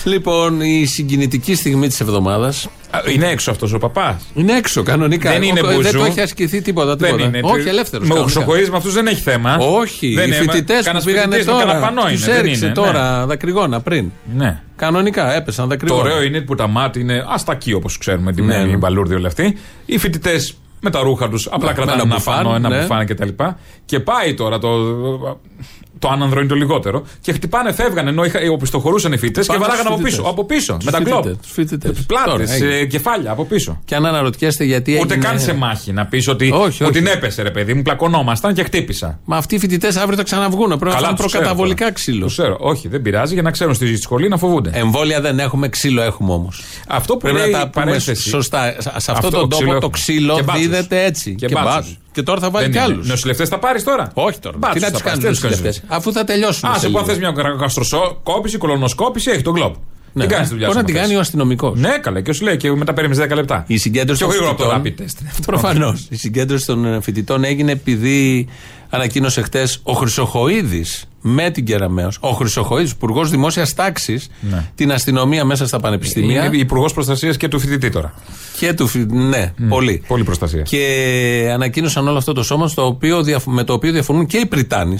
[SPEAKER 3] Λοιπόν, η συγκινητική στιγμή της εβδομάδας
[SPEAKER 8] Α, Είναι έξω αυτός ο παπάς.
[SPEAKER 3] Είναι έξω κανονικά.
[SPEAKER 8] Δεν είναι
[SPEAKER 3] Ο- Δεν
[SPEAKER 8] μπουζού.
[SPEAKER 3] το έχει ασκηθεί τίποτα.
[SPEAKER 8] Δεν
[SPEAKER 3] τίποτα.
[SPEAKER 8] είναι.
[SPEAKER 3] Όχι, ελεύθερος.
[SPEAKER 8] Με οξοκοή με αυτού δεν έχει θέμα.
[SPEAKER 3] Όχι, οι φοιτητές που πήγανε τώρα. Του έριξε τώρα δακρυγόνα πριν.
[SPEAKER 8] Ναι.
[SPEAKER 3] Κανονικά έπεσαν
[SPEAKER 8] Το
[SPEAKER 3] δακρυγόνα.
[SPEAKER 8] ωραίο είναι που τα μάτια είναι αστακή όπως ξέρουμε, τη
[SPEAKER 3] Ναι.
[SPEAKER 8] μένει μπαλούρδι όλοι αυτοί. Οι φοιτητές με τα ρούχα τους απλά
[SPEAKER 3] Ναι, με
[SPEAKER 8] κρατάνε
[SPEAKER 3] ένα
[SPEAKER 8] ένα
[SPEAKER 3] μπουφάν,
[SPEAKER 8] φανό, ένα
[SPEAKER 3] ναι.
[SPEAKER 8] μπουφάν κτλ. Και πάει τώρα το. Το άνανδρο είναι το λιγότερο. Και χτυπάνε, φεύγανε ενώ είχα- οπισθοχωρούσαν οι φοιτητές και
[SPEAKER 3] Πάμε
[SPEAKER 8] βαράγανε
[SPEAKER 3] στους
[SPEAKER 8] από πίσω.
[SPEAKER 3] φοιτητές.
[SPEAKER 8] Από πίσω.
[SPEAKER 3] Τους
[SPEAKER 8] Με τα Ε, κλοπ.
[SPEAKER 3] φοιτητές, τους φοιτητές. Τώρα, έγινε.
[SPEAKER 8] Πλάτε, κεφάλια από πίσω.
[SPEAKER 3] Και αν αναρωτιέστε γιατί
[SPEAKER 8] Ούτε
[SPEAKER 3] έγινε-
[SPEAKER 8] καν σε μάχη να πεις ότι.
[SPEAKER 3] Όχι,
[SPEAKER 8] Μου
[SPEAKER 3] όχι.
[SPEAKER 8] την έπεσε, ρε παιδί μου, πλακωνόμασταν και χτύπησα.
[SPEAKER 3] Μα αυτοί οι φοιτητές αύριο θα ξαναβγούν. Πρέπει να φάνε
[SPEAKER 8] τους ξέρω
[SPEAKER 3] προκαταβολικά
[SPEAKER 8] τώρα. Τους
[SPEAKER 3] ξύλο.
[SPEAKER 8] ξέρω. Όχι, δεν πειράζει για να ξέρουν στη σχολή να φοβούνται.
[SPEAKER 3] Εμβόλια δεν έχουμε, ξύλο έχουμε όμως.
[SPEAKER 8] αυτό που
[SPEAKER 3] Πρέπει
[SPEAKER 8] λέει
[SPEAKER 3] να τα
[SPEAKER 8] η
[SPEAKER 3] πούμε
[SPEAKER 8] παρένθεση.
[SPEAKER 3] σωστά. Σε αυτόν
[SPEAKER 8] Αυτό
[SPEAKER 3] τον
[SPEAKER 8] το
[SPEAKER 3] τόπο
[SPEAKER 8] ξύλο
[SPEAKER 3] το
[SPEAKER 8] έχουμε.
[SPEAKER 3] ξύλο
[SPEAKER 8] Και μπάτσους.
[SPEAKER 3] δίδεται έτσι.
[SPEAKER 8] Και
[SPEAKER 3] μπάτσους.
[SPEAKER 8] μπάτσους.
[SPEAKER 3] και τώρα θα βάλει
[SPEAKER 8] Δεν
[SPEAKER 3] κι
[SPEAKER 8] είναι.
[SPEAKER 3] άλλους.
[SPEAKER 8] Νοσηλευτές θα πάρεις τώρα.
[SPEAKER 3] Όχι τώρα. Τι
[SPEAKER 8] Μπάτσους
[SPEAKER 3] να
[SPEAKER 8] θα
[SPEAKER 3] τους
[SPEAKER 8] πάρεις,
[SPEAKER 3] κάνει
[SPEAKER 8] τι
[SPEAKER 3] του
[SPEAKER 8] να τους κάνεις.
[SPEAKER 3] συλλευτέ. Αφού θα τελειώσουν.
[SPEAKER 8] Α,
[SPEAKER 3] σε
[SPEAKER 8] σε που αν
[SPEAKER 3] λίγο.
[SPEAKER 8] θες μια γαστροσόκόπηση, κολονοσκόπηση, έχει τον κλοπ.
[SPEAKER 3] Ναι.
[SPEAKER 8] Δεν κάνει τη δουλειά
[SPEAKER 3] Μπορεί
[SPEAKER 8] σου.
[SPEAKER 3] να την
[SPEAKER 8] να
[SPEAKER 3] κάνει ο
[SPEAKER 8] πας.
[SPEAKER 3] αστυνομικός.
[SPEAKER 8] Ναι, καλά, και σου λέει και μετά παίρνεις 10 λεπτά.
[SPEAKER 3] Η συγκέντρωση
[SPEAKER 8] Πιο
[SPEAKER 3] των
[SPEAKER 8] γρήγορα από το
[SPEAKER 3] φοιτητών.
[SPEAKER 8] rapid test. είναι αυτό.
[SPEAKER 3] Προφανώς. Η συγκέντρωση των ε, φοιτητών έγινε επειδή ανακοίνωσε χτες ο Χρυσοχοίδης με την Κεραμαίο, ο Χρυσοχοίδης, υπουργός δημόσιας τάξης, την αστυνομία μέσα στα πανεπιστήμια.
[SPEAKER 8] Ναι. Είναι υπουργός προστασίας και του φοιτητή τώρα.
[SPEAKER 3] Και του. φοι- Ναι, πολύ.
[SPEAKER 8] Πολύ προστασία.
[SPEAKER 3] Και ανακοίνωσαν όλο αυτό το σώμα στο οποίο διαφ- με το οποίο διαφωνούν και οι Πριτάνη.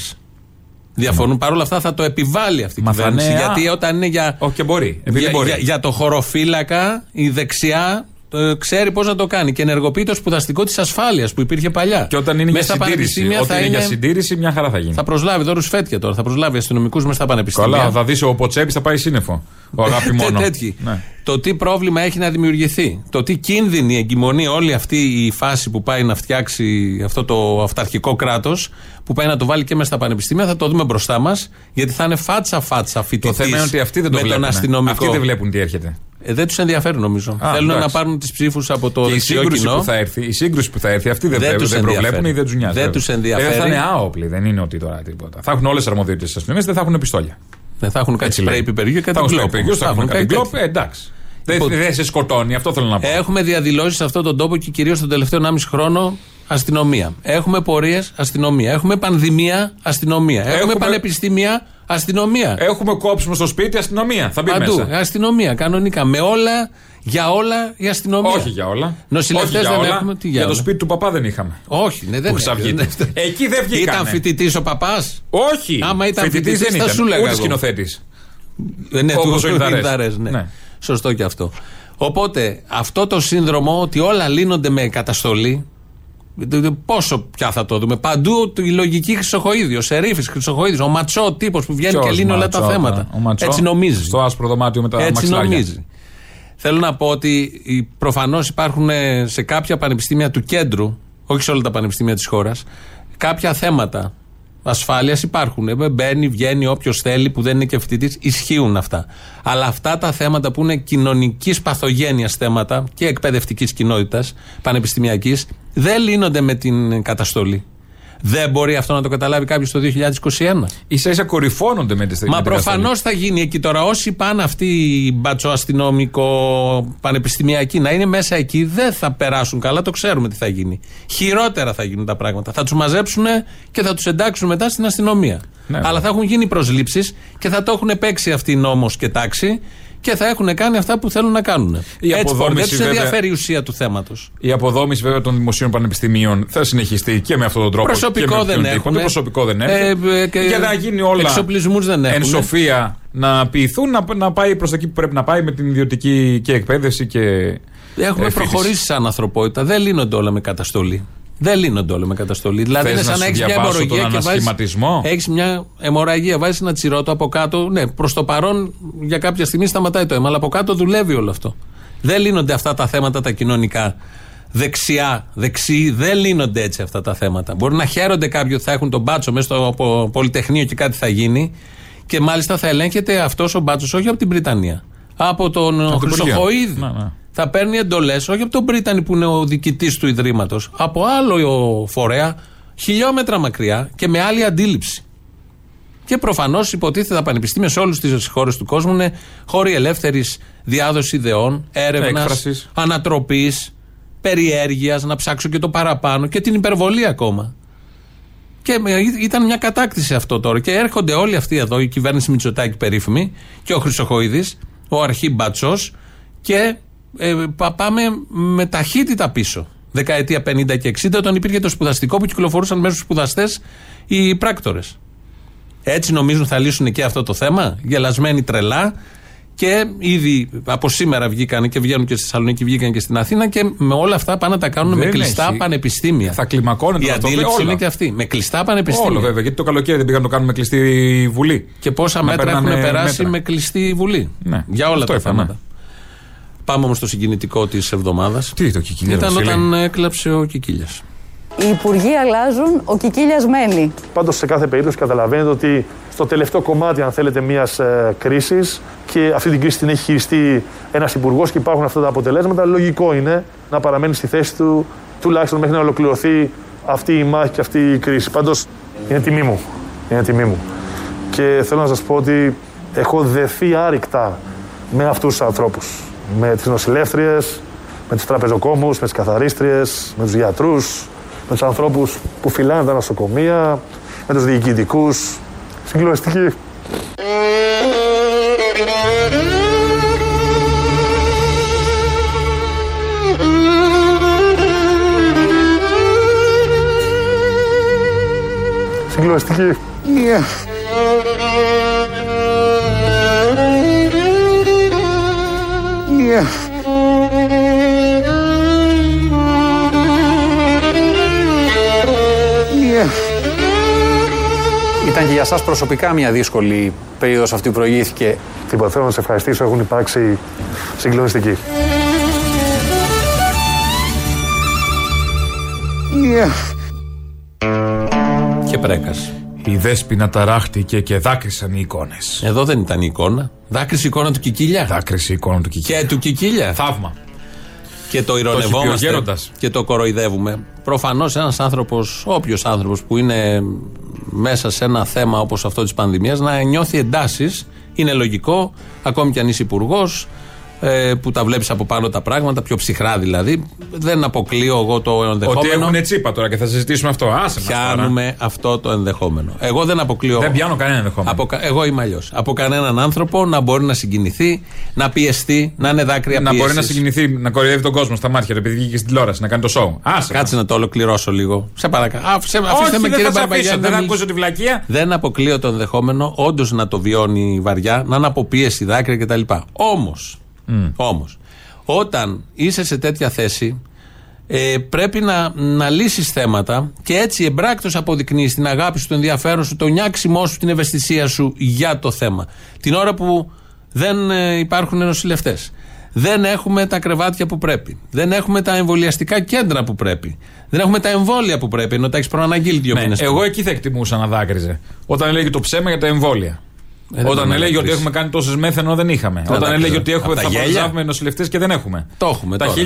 [SPEAKER 3] Διαφωνούν. Παρ' όλα αυτά θα το επιβάλλει αυτή η
[SPEAKER 5] Ναι. Μα θα
[SPEAKER 3] κυβέρνηση.
[SPEAKER 5] είναι,
[SPEAKER 3] γιατί
[SPEAKER 5] α.
[SPEAKER 3] όταν είναι για.
[SPEAKER 5] Όχι και μπορεί. Επειδή
[SPEAKER 3] Για,
[SPEAKER 5] μπορεί.
[SPEAKER 3] για, για το χωροφύλακα, η δεξιά ε, ξέρει πώς να το κάνει. Και ενεργοποιεί το σπουδαστικό της ασφάλειας που υπήρχε παλιά.
[SPEAKER 5] Και όταν είναι
[SPEAKER 3] Μέσα στα
[SPEAKER 5] για συντήρηση.
[SPEAKER 3] πανεπιστήμια θα
[SPEAKER 5] Όταν είναι για
[SPEAKER 3] είναι-
[SPEAKER 5] συντήρηση, μια χαρά θα γίνει.
[SPEAKER 3] Θα προσλάβει τώρα φέτια τώρα. Θα προσλάβει αστυνομικούς μέσα στα πανεπιστήμια.
[SPEAKER 5] Καλά, θα δεις ο Ποτσέπης θα πάει σύννεφο. Ο αγάπη
[SPEAKER 3] Τε-
[SPEAKER 5] μόνο.
[SPEAKER 3] τέτοιοι.
[SPEAKER 5] Ναι.
[SPEAKER 3] Το τι πρόβλημα έχει να δημιουργηθεί. Το τι κίνδυνοι εγκυμονεί όλη αυτή η φάση που πάει να φτιάξει αυτό το αυταρχικό κράτος, που πάει να το βάλει και μέσα στα πανεπιστήμια, θα το δούμε μπροστά μας, γιατί θα είναι φάτσα-φάτσα
[SPEAKER 5] Το
[SPEAKER 3] φοιτητή.
[SPEAKER 5] θέμα είναι ότι αυτοί δεν το
[SPEAKER 3] με
[SPEAKER 5] βλέπουν.
[SPEAKER 3] Τον αστυνομικό.
[SPEAKER 5] Αυτοί δεν βλέπουν τι έρχεται.
[SPEAKER 3] Ε, δεν τους ενδιαφέρει νομίζω.
[SPEAKER 5] Α,
[SPEAKER 3] Θέλουν
[SPEAKER 5] εντάξει.
[SPEAKER 3] να πάρουν τις ψήφους από το
[SPEAKER 5] Και η
[SPEAKER 3] δεξιό
[SPEAKER 5] σύγκρουση,
[SPEAKER 3] κοινό.
[SPEAKER 5] που θα έρθει, η σύγκρουση που θα έρθει, αυτοί δεν,
[SPEAKER 3] Δεν
[SPEAKER 5] βλέπουν,
[SPEAKER 3] τους
[SPEAKER 5] δεν
[SPEAKER 3] ενδιαφέρει.
[SPEAKER 5] προβλέπουν ή δεν τους νοιάζει.
[SPEAKER 3] Δεν
[SPEAKER 5] βέβαια.
[SPEAKER 3] τους ενδιαφέρει.
[SPEAKER 5] Ε, Θα είναι άοπλοι, δεν είναι ότι τώρα τίποτα. Θα έχουν όλες τις αρμοδιότητες τη αστυνομία, δεν θα έχουν πιστόλια.
[SPEAKER 3] Ναι, θα έχουν κάτι
[SPEAKER 5] Έτσι λέει.
[SPEAKER 3] σπρέι πιπεριού και
[SPEAKER 5] Θα
[SPEAKER 3] κάτι
[SPEAKER 5] έχουν
[SPEAKER 3] γκλόπ.
[SPEAKER 5] σπρέι πιπεριού, θα έχουν κάτι γκλόπ. Ε, εντάξει. Δεν
[SPEAKER 3] Υπό- Ε.
[SPEAKER 5] δεν σε σκοτώνει, αυτό θέλω να πω.
[SPEAKER 3] Έχουμε διαδηλώσει σε αυτόν τον τόπο και κυρίως τον τελευταίο 1,5 χρόνο αστυνομία. Έχουμε πορείες αστυνομία. Έχουμε πανδημία αστυνομία. Έχουμε,
[SPEAKER 5] Έχουμε-
[SPEAKER 3] πανεπιστήμια αστυνομία.
[SPEAKER 5] Έχουμε κόψιμο στο σπίτι, αστυνομία. Θα μπει
[SPEAKER 3] Παντού. Ε,
[SPEAKER 5] μέσα.
[SPEAKER 3] Αστυνομία κανονικά. Με όλα, για όλα η αστυνομία.
[SPEAKER 5] Όχι για όλα.
[SPEAKER 3] Νοσηλευτές
[SPEAKER 5] Όχι για
[SPEAKER 3] δεν
[SPEAKER 5] όλα.
[SPEAKER 3] έχουμε, τι για
[SPEAKER 5] Για το
[SPEAKER 3] όλα.
[SPEAKER 5] σπίτι του παπά δεν είχαμε.
[SPEAKER 3] Όχι, ναι, δεν
[SPEAKER 5] Που ξαυγείται. Εκεί δεν βγήκανε.
[SPEAKER 3] Ήταν φοιτητής ο παπάς.
[SPEAKER 5] Όχι!
[SPEAKER 3] Άμα ήταν
[SPEAKER 5] Φοιτητής
[SPEAKER 3] φοιτητής,
[SPEAKER 5] δεν
[SPEAKER 3] θα σου
[SPEAKER 5] ήταν.
[SPEAKER 3] λέγα
[SPEAKER 5] Ούτε
[SPEAKER 3] εγώ.
[SPEAKER 5] σκηνοθέτης.
[SPEAKER 3] Ναι,
[SPEAKER 5] Όπως
[SPEAKER 3] του
[SPEAKER 5] ο Ινδαρές.
[SPEAKER 3] Ινδαρές, ναι.
[SPEAKER 5] Ναι.
[SPEAKER 3] Σωστό και αυτό. Οπότε αυτό το σύνδρομο ότι όλα λύνονται με καταστολή. δε- δε- Πόσο πια θα το δούμε. Παντού η λογική Χρυσοχοίδη, ο Σερίφης Χρυσοχοίδη, ο ματσό τύπος που βγαίνει και
[SPEAKER 5] Ποιος
[SPEAKER 3] λύνει όλα τα
[SPEAKER 5] Ματσό,
[SPEAKER 3] θέματα.
[SPEAKER 5] ο Ματσό,
[SPEAKER 3] Έτσι νομίζει.
[SPEAKER 5] Στο άσπρο δωμάτιο με τα
[SPEAKER 3] Έτσι
[SPEAKER 5] μαξιλάρια.
[SPEAKER 3] νομίζει. Θέλω να πω ότι προφανώς υπάρχουν ε, σε κάποια πανεπιστήμια του κέντρου, όχι σε όλα τα πανεπιστήμια της χώρας, κάποια θέματα ασφάλειας υπάρχουν. Ε, Μπαίνει, βγαίνει όποιος θέλει που δεν είναι και φοιτητής, ισχύουν αυτά. Αλλά αυτά τα θέματα που είναι κοινωνικής παθογένειας θέματα και εκπαιδευτικής κοινότητας πανεπιστημιακής, δεν λύνονται με την καταστολή. Δεν μπορεί αυτό να το καταλάβει κάποιος το 2021.
[SPEAKER 5] σα ίσα κορυφώνονται με τι
[SPEAKER 3] Μα προφανώς θα γίνει εκεί τώρα. Όσοι πάνε αυτοί οι μπατσοαστυνόμικο πανεπιστημιακοί να είναι μέσα εκεί, δεν θα περάσουν καλά. Το ξέρουμε τι θα γίνει. Χειρότερα θα γίνουν τα πράγματα. Θα τους μαζέψουν και θα τους εντάξουν μετά στην αστυνομία.
[SPEAKER 5] Ναι,
[SPEAKER 3] Αλλά
[SPEAKER 5] ναι.
[SPEAKER 3] θα έχουν γίνει προσλήψεις και θα το έχουν παίξει αυτοί νόμος και τάξη και θα έχουν κάνει αυτά που θέλουν να κάνουν. Έτσι,
[SPEAKER 5] αποδόμηση,
[SPEAKER 3] δεν του
[SPEAKER 5] βέβαια.
[SPEAKER 3] ενδιαφέρει η ουσία του θέματος.
[SPEAKER 5] Η αποδόμηση βέβαια των δημοσίων πανεπιστημίων θα συνεχιστεί και με αυτόν τον τρόπο.
[SPEAKER 3] Προσωπικό
[SPEAKER 5] και με
[SPEAKER 3] δεν
[SPEAKER 5] ποιον τύπο.
[SPEAKER 3] έχουν.
[SPEAKER 5] Το προσωπικό δεν έχουν.
[SPEAKER 3] Ε, ε, και
[SPEAKER 5] για να γίνει όλα.
[SPEAKER 3] εξοπλισμούς δεν έχουν.
[SPEAKER 5] Εν σοφία να ποιηθούν, να, να πάει προς εκεί που πρέπει να πάει με την ιδιωτική και εκπαίδευση και.
[SPEAKER 3] Έχουμε
[SPEAKER 5] ε, φοιτηση.
[SPEAKER 3] προχωρήσει σαν ανθρωπότητα. Δεν λύνονται όλα με καταστολή. Δεν λύνονται όλα με καταστολή. Δηλαδή
[SPEAKER 5] Θες
[SPEAKER 3] είναι σαν
[SPEAKER 5] να
[SPEAKER 3] να
[SPEAKER 5] σου
[SPEAKER 3] έχεις μια
[SPEAKER 5] διαβάσω
[SPEAKER 3] αιμορραγία
[SPEAKER 5] τον
[SPEAKER 3] και βάζεις.
[SPEAKER 5] ανασχηματισμό?
[SPEAKER 3] Έχεις μια αιμορραγία, βάζεις ένα τσιρότο από κάτω. Ναι, προς το παρόν για κάποια στιγμή σταματάει το αίμα, αλλά από κάτω δουλεύει όλο αυτό. Δεν λύνονται αυτά τα θέματα τα κοινωνικά. Δεξιά, δεξί, δεν λύνονται έτσι αυτά τα θέματα. Μπορεί να χαίρονται κάποιοι ότι θα έχουν τον μπάτσο μέσα στο πο- Πολυτεχνείο και κάτι θα γίνει. Και μάλιστα θα ελέγχεται αυτός ο μπάτσος όχι από την Βρυτανία. Από τον
[SPEAKER 5] την Υπουργεία.
[SPEAKER 3] Χρυσοχοίδη.
[SPEAKER 5] Ναι, ναι.
[SPEAKER 3] Θα παίρνει εντολές όχι από τον Πρίτανη που είναι ο διοικητής του Ιδρύματος, από άλλο φορέα, χιλιόμετρα μακριά και με άλλη αντίληψη. Και προφανώς υποτίθεται τα πανεπιστήμια σε όλες τις χώρες του κόσμου είναι χώροι ελεύθερης διάδοσης ιδεών, έρευνας,
[SPEAKER 5] Έκφρασης.
[SPEAKER 3] ανατροπής, περιέργειας, να ψάξω και το παραπάνω και την υπερβολή ακόμα. Και με- ήταν μια κατάκτηση αυτό τώρα. Και έρχονται όλοι αυτοί εδώ, η κυβέρνηση Μητσοτάκη περίφημη και ο Χρυσοχοίδης, ο αρχή Μπατσός και ε, πα- πάμε με ταχύτητα πίσω. Δεκαετία 50 και 60, όταν υπήρχε το σπουδαστικό που κυκλοφορούσαν μέσα στους σπουδαστές οι πράκτορες. Έτσι νομίζουν θα λύσουν και αυτό το θέμα. Γελασμένοι τρελά. Και ήδη από σήμερα βγήκαν και βγαίνουν και στη Θεσσαλονίκη, βγήκαν και στην Αθήνα και με όλα αυτά πάνε να τα κάνουν με
[SPEAKER 5] Δεν
[SPEAKER 3] κλειστά
[SPEAKER 5] έχει.
[SPEAKER 3] πανεπιστήμια.
[SPEAKER 5] Θα κλιμακώνεται
[SPEAKER 3] Η
[SPEAKER 5] αυτό,
[SPEAKER 3] αντίληψη
[SPEAKER 5] όλα.
[SPEAKER 3] είναι και αυτή. Με κλειστά πανεπιστήμια.
[SPEAKER 5] Όλο βέβαια, γιατί το καλοκαίρι δεν πήγαν να το κάνουν με κλειστή βουλή.
[SPEAKER 3] Και πόσα
[SPEAKER 5] Να
[SPEAKER 3] μέτρα έχουν
[SPEAKER 5] περνάνε
[SPEAKER 3] περάσει
[SPEAKER 5] μέτρα.
[SPEAKER 3] με κλειστή βουλή.
[SPEAKER 5] Ναι.
[SPEAKER 3] Για όλα
[SPEAKER 5] Αυτό
[SPEAKER 3] τα
[SPEAKER 5] είπα,
[SPEAKER 3] θέματα.
[SPEAKER 5] ναι.
[SPEAKER 3] Πάμε όμως στο συγκινητικό της εβδομάδας.
[SPEAKER 5] Τι το κικίλιας,
[SPEAKER 3] Ήταν
[SPEAKER 5] Βασίλη?
[SPEAKER 3] όταν έκλαψε ο Κικίλιας.
[SPEAKER 10] Οι υπουργοί αλλάζουν, ο Κικίλιας μένει.
[SPEAKER 6] Πάντως σε κάθε περίπτωση καταλαβαίνετε ότι στο τελευταίο κομμάτι, αν θέλετε, μιας ε, κρίσης και αυτή την κρίση την έχει χειριστεί ένας υπουργός και υπάρχουν αυτά τα αποτελέσματα, λογικό είναι να παραμένει στη θέση του τουλάχιστον μέχρι να ολοκληρωθεί αυτή η μάχη και αυτή η κρίση. Πάντως είναι τιμή μου. Είναι τιμή μου. Και θέλω να σας πω ότι έχω δεθεί άρρηκτα με αυτούς τους ανθρώπους. Με τις νοσηλεύτριες, με τους τραπεζοκόμους, με τις καθαρίστριες, με τους γιατρούς, με τους ανθρώπους που φυλάνε τα νοσοκομεία, με τους διοικητικούς. Συγκλονιστική. Συγκλονιστική.
[SPEAKER 11] Ήταν και για σας προσωπικά μια δύσκολη περίοδος αυτή που προηγήθηκε.
[SPEAKER 6] Τίποτα, θέλω να σε ευχαριστήσω, έχουν υπάρξει συγκλονιστικοί.
[SPEAKER 3] Και πρέκας.
[SPEAKER 5] Η δέσποινα ταράχτηκε και δάκρυσαν οι εικόνες.
[SPEAKER 3] Εδώ δεν ήταν η εικόνα. Δάκρυσε η εικόνα του Κικίλια.
[SPEAKER 5] Δάκρυσε η εικόνα του Κικίλια.
[SPEAKER 3] Και του Κικίλια.
[SPEAKER 5] Θαύμα.
[SPEAKER 3] Και το
[SPEAKER 5] Το έχει πει ο
[SPEAKER 3] ηρωνευόμαστε
[SPEAKER 5] γέροντας.
[SPEAKER 3] και το κοροϊδεύουμε. Προφανώς ένας άνθρωπος, όποιος άνθρωπος που είναι μέσα σε ένα θέμα όπως αυτό της πανδημίας, να νιώθει εντάσεις. Είναι λογικό, ακόμη κι αν είσαι υπουργός, που τα βλέπεις από πάνω τα πράγματα, πιο ψυχρά δηλαδή. Δεν αποκλείω εγώ το
[SPEAKER 5] Ότι
[SPEAKER 3] ενδεχόμενο.
[SPEAKER 5] έχουν τσίπα τώρα και θα συζητήσουμε αυτό. Άσε μας τώρα.
[SPEAKER 3] Πιάνουμε αυτό το ενδεχόμενο. Εγώ δεν αποκλείω.
[SPEAKER 5] Δεν πιάνω κανένα ενδεχόμενο.
[SPEAKER 3] Από, κα- εγώ είμαι αλλιώς. Από κανέναν άνθρωπο να μπορεί να συγκινηθεί, να πιεστεί, να είναι δάκρυα
[SPEAKER 5] Να μπορεί να
[SPEAKER 3] πίεσης.
[SPEAKER 5] συγκινηθεί, να κοροϊδεύει τον κόσμο στα μάτια του επειδή βγήκε στην τηλεόραση, να κάνει το show. Άσε.
[SPEAKER 3] Κάτσε να το ολοκληρώσω λίγο. Σε παρακαλώ. Άφησε,
[SPEAKER 5] Όχι,
[SPEAKER 3] αφήστε με,
[SPEAKER 5] δεν
[SPEAKER 3] κύριε
[SPEAKER 5] θα σε
[SPEAKER 3] Μπαρμπαγιάννη,
[SPEAKER 5] αφήσω,
[SPEAKER 3] δεν
[SPEAKER 5] δεν
[SPEAKER 3] μιλήσω.
[SPEAKER 5] ακούσω τη βλακεία.
[SPEAKER 3] Δεν αποκλείω το ενδεχόμενο όντως να το βιώνει βαριά, να είναι αποπίεση δάκρυα κτλ. Όμως, όμως, όταν είσαι σε τέτοια θέση, ε, πρέπει να, να λύσεις θέματα και έτσι εμπράκτος αποδεικνύεις την αγάπη σου, το ενδιαφέρον σου, το νιάξιμό σου, την ευαισθησία σου για το θέμα. Την ώρα που δεν ε, υπάρχουν νοσηλευτές. Δεν έχουμε τα κρεβάτια που πρέπει. Δεν έχουμε τα εμβολιαστικά κέντρα που πρέπει. Δεν έχουμε τα εμβόλια που πρέπει, ενώ τα έχεις προαναγγείλει δύο
[SPEAKER 5] Ναι,
[SPEAKER 3] μήνες.
[SPEAKER 5] εγώ εκεί θα εκτιμούσα να δάκρυζε. Όταν έλεγε το ψέμα για τα εμβόλια.
[SPEAKER 3] Ε, δεν
[SPEAKER 5] Όταν
[SPEAKER 3] μπορεί
[SPEAKER 5] έλεγε
[SPEAKER 3] να
[SPEAKER 5] ότι
[SPEAKER 3] δάκρυζε.
[SPEAKER 5] έχουμε κάνει τόσες μέθ ενώ δεν είχαμε.
[SPEAKER 3] Δεν
[SPEAKER 5] Όταν
[SPEAKER 3] δάκρυζε.
[SPEAKER 5] έλεγε ότι έχουμε,
[SPEAKER 3] Απ' τα
[SPEAKER 5] θα
[SPEAKER 3] γέλια.
[SPEAKER 5] προσλάβουμε νοσηλευτέ και δεν έχουμε.
[SPEAKER 3] Το έχουμε
[SPEAKER 5] Τα
[SPEAKER 3] τώρα.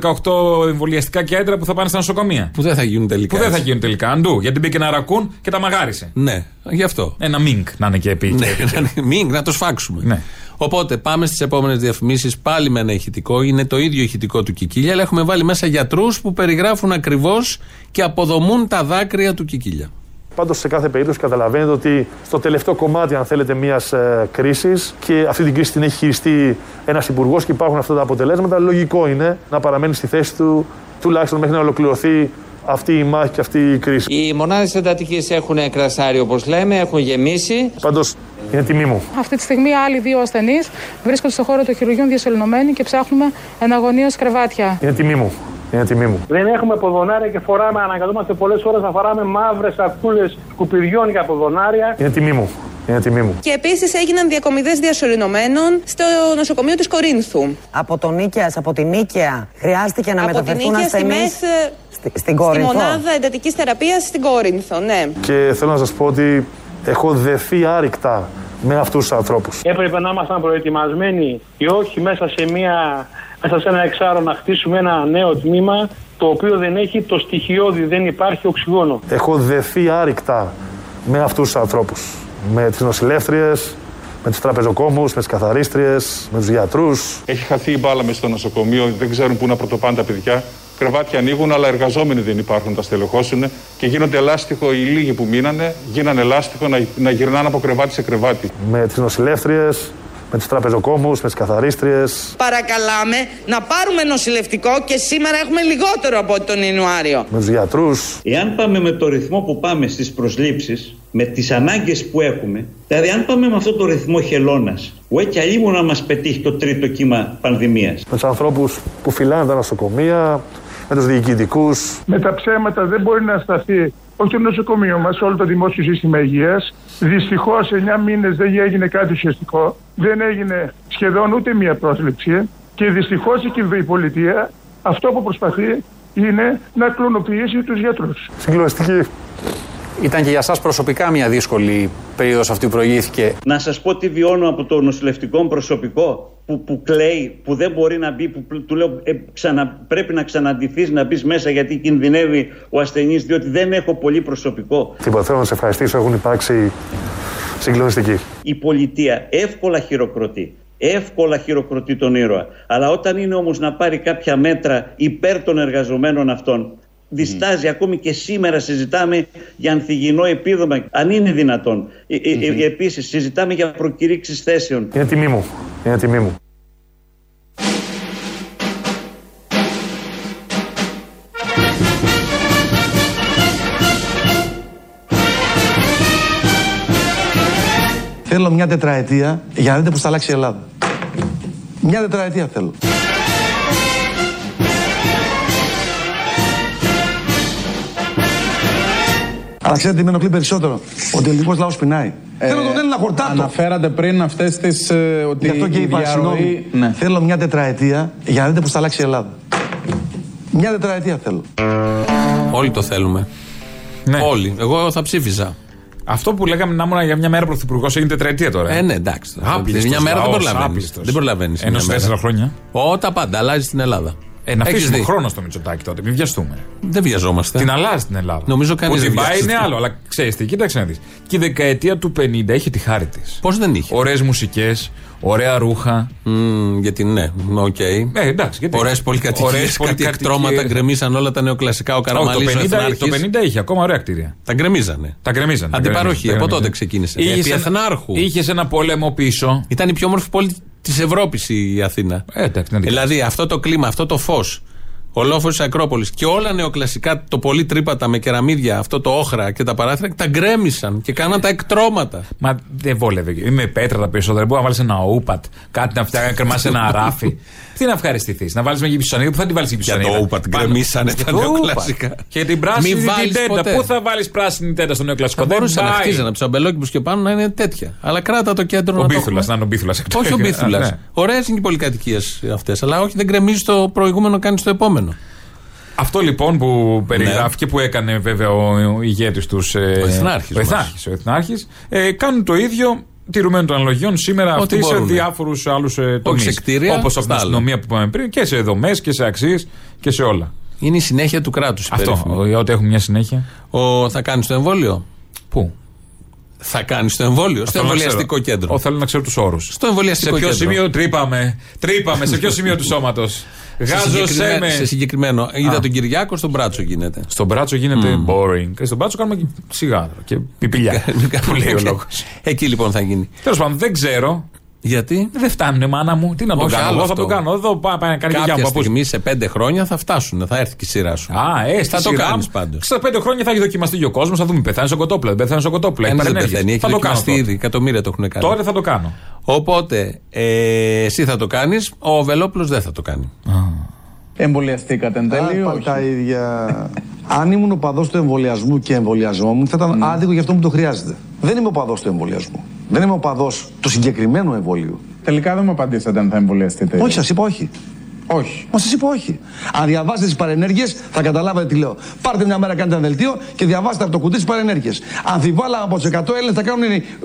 [SPEAKER 5] 1118 εμβολιαστικά κέντρα που θα πάνε στα νοσοκομεία.
[SPEAKER 3] Που δεν θα γίνουν τελικά.
[SPEAKER 5] Που δεν θα
[SPEAKER 3] έτσι.
[SPEAKER 5] γίνουν τελικά. Αντού. Γιατί μπήκε ένα ρακούν και τα μαγάρισε.
[SPEAKER 3] Ναι, γι' αυτό.
[SPEAKER 5] Ένα μίνκ να είναι και επί.
[SPEAKER 3] Ναι, μην, να το σφάξουμε.
[SPEAKER 5] Ναι.
[SPEAKER 3] Οπότε πάμε στις επόμενες διαφημίσεις πάλι με ένα ηχητικό. Είναι το ίδιο ηχητικό του Κικίλια, αλλά έχουμε βάλει μέσα γιατρούς που περιγράφουν ακριβώς και αποδομούν τα δάκρυα του Κικίλια.
[SPEAKER 6] Πάντως, σε κάθε περίπτωση καταλαβαίνετε ότι στο τελευταίο κομμάτι, αν θέλετε, μιας ε, κρίσης και αυτή την κρίση την έχει χειριστεί ένας υπουργός και υπάρχουν αυτά τα αποτελέσματα, λογικό είναι να παραμένει στη θέση του τουλάχιστον μέχρι να ολοκληρωθεί αυτή η μάχη και αυτή η κρίση.
[SPEAKER 8] Οι μονάδες εντατικής έχουν κρασάρι, όπως λέμε, έχουν γεμίσει.
[SPEAKER 6] Πάντως, είναι τιμή μου.
[SPEAKER 10] Αυτή τη στιγμή άλλοι δύο ασθενείς βρίσκονται στον χώρο των χειρουργείων διασωληνωμένοι και ψάχνουμε εναγωνίω κρεβάτια.
[SPEAKER 6] Είναι τιμή μου. Είναι τιμή μου.
[SPEAKER 8] Δεν έχουμε ποδονάρια και φοράμε, αναγκαζόμαστε πολλές ώρες να φοράμε μαύρες σακούλες σκουπιδιών για ποδονάρια.
[SPEAKER 6] Είναι τιμή μου. Είναι τιμή μου.
[SPEAKER 10] Και επίσης έγιναν διακομιδές διασωληνωμένων στο νοσοκομείο της Κορίνθου.
[SPEAKER 8] Από τον Νίκαιας, από την Νίκαια, χρειάστηκε να μεταφερθούν ασθενεί στη, στην
[SPEAKER 10] εντατικής θεραπείας στην Κόρινθο, ναι.
[SPEAKER 6] Και θέλω να σας πω ότι έχω δεθεί άρρηκτα με αυτούς τους ανθρώπους.
[SPEAKER 8] Έπρεπε να ήμασταν προετοιμασμένοι ή όχι μέσα σε, μια, μέσα σε ένα εξάρο να χτίσουμε ένα νέο τμήμα το οποίο δεν έχει το στοιχειώδη, δεν υπάρχει οξυγόνο.
[SPEAKER 6] Έχω δεθεί άρρηκτα με αυτούς τους ανθρώπους. Με τις νοσηλεύτριες, με τους τραπεζοκόμους, με τις καθαρίστριες, με τους γιατρούς.
[SPEAKER 7] Έχει χαθεί η μπάλα μες στο νοσοκομείο, δεν ξέρουν πού να πρωτοπάνε τα παιδιά. Κρεβάτια ανοίγουν, αλλά εργαζόμενοι δεν υπάρχουν, τα στελεχώσουν και γίνονται ελάστιχο. Οι λίγοι που μείνανε γίνανε ελάστιχο να, να γυρνάνε από κρεβάτι σε κρεβάτι.
[SPEAKER 6] Με τις νοσηλεύτριες, με τους τραπεζοκόμους, με τις καθαρίστριες.
[SPEAKER 8] Παρακαλάμε να πάρουμε νοσηλευτικό και σήμερα έχουμε λιγότερο από τον Ιανουάριο.
[SPEAKER 6] Με τους γιατρούς.
[SPEAKER 8] Εάν πάμε με το ρυθμό που πάμε στις προσλήψεις, με τις ανάγκες που έχουμε, δηλαδή αν πάμε με αυτό το ρυθμό χελώνας, ουέ και αλλήμου να μας πετύχει το τρίτο κύμα πανδημίας.
[SPEAKER 6] Με τους ανθρώπους που φυλάνε τα νοσοκομεία. Με τους διοικητικούς.
[SPEAKER 12] Με τα ψέματα δεν μπορεί να σταθεί όχι το νοσοκομείο μας, όλο το δημόσιο σύστημα υγείας. Δυστυχώς, 9 μήνες δεν έγινε κάτι ουσιαστικό. Δεν έγινε σχεδόν ούτε μία πρόσληψη. Και δυστυχώς η πολιτεία αυτό που προσπαθεί είναι να κλωνοποιήσει τους γιατρούς.
[SPEAKER 6] Συγκλονιστική.
[SPEAKER 11] Ήταν και για σας προσωπικά μια δύσκολη περίοδος αυτή που προηγήθηκε.
[SPEAKER 8] Να σας πω τι βιώνω από το νοσηλευτικό προσωπικό που, που κλαίει, που δεν μπορεί να μπει, που πλ- του λέω «Ε, ξανα, πρέπει να ξαναντηθείς να μπεις μέσα γιατί κινδυνεύει ο ασθενής διότι δεν έχω πολύ προσωπικό.
[SPEAKER 6] Τίποτα, θέλω να σε ευχαριστήσω. Έχουν υπάρξει συγκλονιστικοί.
[SPEAKER 8] η πολιτεία εύκολα χειροκροτεί. Εύκολα χειροκροτεί τον ήρωα. Αλλά όταν είναι όμως να πάρει κάποια μέτρα υπέρ των εργαζομένων αυτών, διστάζει ακόμη και σήμερα συζητάμε για ανθυγιεινό επίδομα, αν είναι δυνατόν. Ε, ε, ε, Επίσης συζητάμε για προκηρύξεις θέσεων.
[SPEAKER 6] Είναι τιμή μου. Είναι τιμή μου.
[SPEAKER 1] Θέλω μια τετραετία για να δείτε πώς θα αλλάξει η Ελλάδα. Μια τετραετία θέλω. Αλλά ξέρετε τι με ενοχλεί περισσότερο. Ο τελικό λαός πεινάει.
[SPEAKER 2] Ε,
[SPEAKER 1] Θέλω τον Έλληνα χορτάτο.
[SPEAKER 2] Αναφέρατε πριν αυτές τις. Ε, ότι
[SPEAKER 1] Γι' αυτό και
[SPEAKER 2] η
[SPEAKER 1] είπα,
[SPEAKER 2] διαρροή-
[SPEAKER 1] συγγνώμη,
[SPEAKER 2] Ναι.
[SPEAKER 1] θέλω μια τετραετία για να δείτε πώς θα αλλάξει η Ελλάδα. Μια τετραετία θέλω.
[SPEAKER 3] Ναι. Όλοι το θέλουμε. Όλοι. Εγώ θα ψήφιζα.
[SPEAKER 5] Ναι. Αυτό που λέγαμε να ήμουν για μια μέρα πρωθυπουργός έγινε τετραετία τώρα.
[SPEAKER 3] Ε, ναι, εντάξει.
[SPEAKER 5] Άπλιστος
[SPEAKER 3] Μια μέρα δεν
[SPEAKER 5] λαός,
[SPEAKER 3] προλαβαίνεις.
[SPEAKER 5] άπλιστος.
[SPEAKER 3] Δεν προλαβαίνει.
[SPEAKER 5] Ενώ σε τέσσερα χρόνια.
[SPEAKER 3] Ό, τα πάντα. Αλλάζει την Ελλάδα.
[SPEAKER 5] Ε, να
[SPEAKER 3] Έχεις
[SPEAKER 5] αφήσουμε
[SPEAKER 3] δει.
[SPEAKER 5] χρόνο στο Μητσοτάκι τότε, μην βιαστούμε.
[SPEAKER 3] Δεν βιαζόμαστε.
[SPEAKER 5] Την αλλάζει την Ελλάδα.
[SPEAKER 3] Νομίζω κανείς
[SPEAKER 5] Που
[SPEAKER 3] δεν
[SPEAKER 5] την πάει
[SPEAKER 3] βιάζεται.
[SPEAKER 5] είναι άλλο, αλλά ξέρεις τι, κοίταξε να δεις. Και η δεκαετία του 50 είχε τη χάρη της.
[SPEAKER 3] Πώς δεν είχε.
[SPEAKER 5] Ωραίες μουσικές, ωραία ρούχα.
[SPEAKER 3] Μμμ, γιατί ναι, οκ.
[SPEAKER 5] Ε, εντάξει, γιατί.
[SPEAKER 3] Ωραίες πολυκατοικίες,
[SPEAKER 5] Ωραίες
[SPEAKER 3] κάτι
[SPEAKER 5] πολυκατοικίες.
[SPEAKER 3] εκτρώματα γκρεμίσαν όλα τα νεοκλασικά. Ο Καραμαλής, ο
[SPEAKER 5] Όχι, το 50,
[SPEAKER 3] Εθνάρχης.
[SPEAKER 5] το 50 είχε ακόμα ωραία κτίρια.
[SPEAKER 3] Τα γκρεμίζανε.
[SPEAKER 5] Τα γκρεμίζαν. τα
[SPEAKER 3] Αντιπαροχή,
[SPEAKER 5] γκρεμίζαν, τα
[SPEAKER 3] από τότε
[SPEAKER 5] γκρεμίζαν.
[SPEAKER 3] ξεκίνησε.
[SPEAKER 5] Είχες
[SPEAKER 3] Επί
[SPEAKER 5] ένα-
[SPEAKER 3] Εθνάρχου.
[SPEAKER 5] Είχες ένα πόλεμο πίσω.
[SPEAKER 3] Ήταν η πιο όμορφη πόλη της Ευρώπης η Αθήνα.
[SPEAKER 5] Ε, εντάξει, να την
[SPEAKER 3] δηλαδή αυτό το κλίμα, αυτό το φως, ο λόφος της Ακρόπολης και όλα νεοκλασικά, το πολύ τρύπατα με κεραμίδια, αυτό το όχρα και τα παράθυρα, τα γκρέμισαν και κάναν τα εκτρώματα.
[SPEAKER 5] Μα δεν βόλευε. Είμαι πέτρα τα περισσότερα. Δεν Μπορώ να βάλεις ένα ούπατ, κάτι να φτιάξει, να κρεμάσει ένα ράφι. Τι να ευχαριστηθείς, να βάλεις μια γυψισανίδα. Πού θα την βάλεις γυψισανίδα.
[SPEAKER 3] το ούπατ
[SPEAKER 5] Πάνω.
[SPEAKER 3] γκρεμίσανε
[SPEAKER 5] Για
[SPEAKER 3] τα
[SPEAKER 5] το ούπατ.
[SPEAKER 3] νεοκλασικά.
[SPEAKER 5] Και την πράσινη
[SPEAKER 3] Μη
[SPEAKER 5] την
[SPEAKER 3] βάλεις
[SPEAKER 5] τέντα.
[SPEAKER 3] ποτέ.
[SPEAKER 5] Πού θα βάλεις πράσινη τέντα στο νεοκλασικό.
[SPEAKER 3] Θα
[SPEAKER 5] Δεν
[SPEAKER 3] μπορούσαν να
[SPEAKER 5] πάει.
[SPEAKER 3] χτίζανε από του αμπελόκηπου και πάνω να είναι τέτοια. Αλλά κράτα το κέντρο
[SPEAKER 5] Ο
[SPEAKER 3] να το
[SPEAKER 5] Μπίθουλας,
[SPEAKER 3] έχουμε.
[SPEAKER 5] να είναι ο Ναι, Μπίθουλας.
[SPEAKER 3] Όχι ο Μπίθουλας. Ωραίες είναι οι πολυκατοικίες αυτές. Αλλά όχι, δεν γκρεμίζει το προηγούμενο, κάνει το επόμενο.
[SPEAKER 5] Αυτό λοιπόν που περιγράφει και που έκανε βέβαια ο, ο ηγέτης τους. Ε,
[SPEAKER 3] Ναι. Ο Εθνάρχης
[SPEAKER 5] Ο
[SPEAKER 3] μας.
[SPEAKER 5] Εθνάρχης, ο Εθνάρχης, ε, κάνουν το ίδιο τηρουμένων των αναλογιών σήμερα
[SPEAKER 3] Ό,τι
[SPEAKER 5] αυτοί σε
[SPEAKER 3] μπορούνε.
[SPEAKER 5] διάφορους άλλους ε, τομεί.
[SPEAKER 3] σε κτίρια,
[SPEAKER 5] Όπως από
[SPEAKER 3] στα
[SPEAKER 5] την
[SPEAKER 3] άλλα.
[SPEAKER 5] αστυνομία που είπαμε πριν και σε δομές και σε αξίες και σε όλα.
[SPEAKER 3] Είναι η συνέχεια του κράτους.
[SPEAKER 5] Αυτό. ο- Ότι έχουμε μια συνέχεια.
[SPEAKER 3] Ο, θα κάνει το εμβόλιο.
[SPEAKER 5] Πού?
[SPEAKER 3] Θα κάνει το εμβόλιο. στο
[SPEAKER 5] Θέλω να
[SPEAKER 3] εμβολιαστικό
[SPEAKER 5] ξέρω.
[SPEAKER 3] κέντρο.
[SPEAKER 5] Ω, θέλω να ξέρω τους όρους.
[SPEAKER 3] Στο εμβολιαστικό
[SPEAKER 5] σε ποιο
[SPEAKER 3] κέντρο.
[SPEAKER 5] σημείο τρύπαμε. Τρύπαμε, σε ποιο σημείο του σώματος. Γάζο
[SPEAKER 3] συγκεκριμέ-
[SPEAKER 5] σέμες.
[SPEAKER 3] σε συγκεκριμένο. Είδα τον Κυριάκο στον Μπράτσο γίνεται.
[SPEAKER 5] Στον μπράτσο γίνεται boring. Και στον μπράτσο κάνουμε και σιγάρο και πιπηλιά. που λέει ο λόγος.
[SPEAKER 3] Εκεί λοιπόν θα γίνει.
[SPEAKER 5] Τέλος πάντων, δεν ξέρω.
[SPEAKER 3] Γιατί
[SPEAKER 5] Δεν φτάνουνε μάνα μου. Τι να τον
[SPEAKER 3] Όχι,
[SPEAKER 5] κάνω.
[SPEAKER 3] άλλο
[SPEAKER 5] Εγώ θα
[SPEAKER 3] αυτό.
[SPEAKER 5] τον κάνω. Εδώ πάει πάει να κάνει και
[SPEAKER 3] κάποια
[SPEAKER 5] γιάμπα. Πώς-
[SPEAKER 3] στιγμή σε πέντε χρόνια θα φτάσουν, θα έρθει και η σειρά σου.
[SPEAKER 5] Α, ε, στη
[SPEAKER 3] θα το
[SPEAKER 5] σειρά
[SPEAKER 3] κάνει
[SPEAKER 5] μου.
[SPEAKER 3] πάντω.
[SPEAKER 5] Στα πέντε χρόνια θα έχει δοκιμαστεί και ο κόσμος. Θα δούμε. Πεθάνει στον κοτόπουλο. Δεν πεθάνει στον κοτόπουλο.
[SPEAKER 3] Ένας δεν
[SPEAKER 5] παρενέργειες.
[SPEAKER 3] πεθαίνει, έχει
[SPEAKER 5] Θα το κάνω.
[SPEAKER 3] δοκιμαστεί
[SPEAKER 5] τότε.
[SPEAKER 3] ήδη. Εκατομμύρια το έχουν κάνει.
[SPEAKER 5] Τότε θα το κάνω.
[SPEAKER 3] Οπότε ε, εσύ θα το κάνεις, ο Βελόπουλος δεν θα το κάνει.
[SPEAKER 2] Εμβολιαστήκατε εν τέλει.
[SPEAKER 1] Α,
[SPEAKER 2] όχι.
[SPEAKER 1] τα ίδια. Αν ήμουν οπαδό του εμβολιασμού και εμβολιαζόμουν, θα ήταν άδικο για αυτό που το χρειάζεται. Δεν είμαι οπαδό του εμβολιασμού. Δεν είμαι οπαδό του συγκεκριμένου εμβολίου.
[SPEAKER 2] Τελικά δεν μου απαντήσατε αν θα εμβολιαστείτε.
[SPEAKER 1] Όχι, σας είπα όχι.
[SPEAKER 2] Όχι.
[SPEAKER 1] Μα σας είπα όχι. Αν διαβάσετε τις παρενέργειες, θα καταλάβετε τι λέω. Πάρτε μια μέρα, κάντε ένα δελτίο και διαβάστε από το κουτί τις παρενέργειες. Αμφιβάλλα από τους 100 Έλληνες θα κάνουν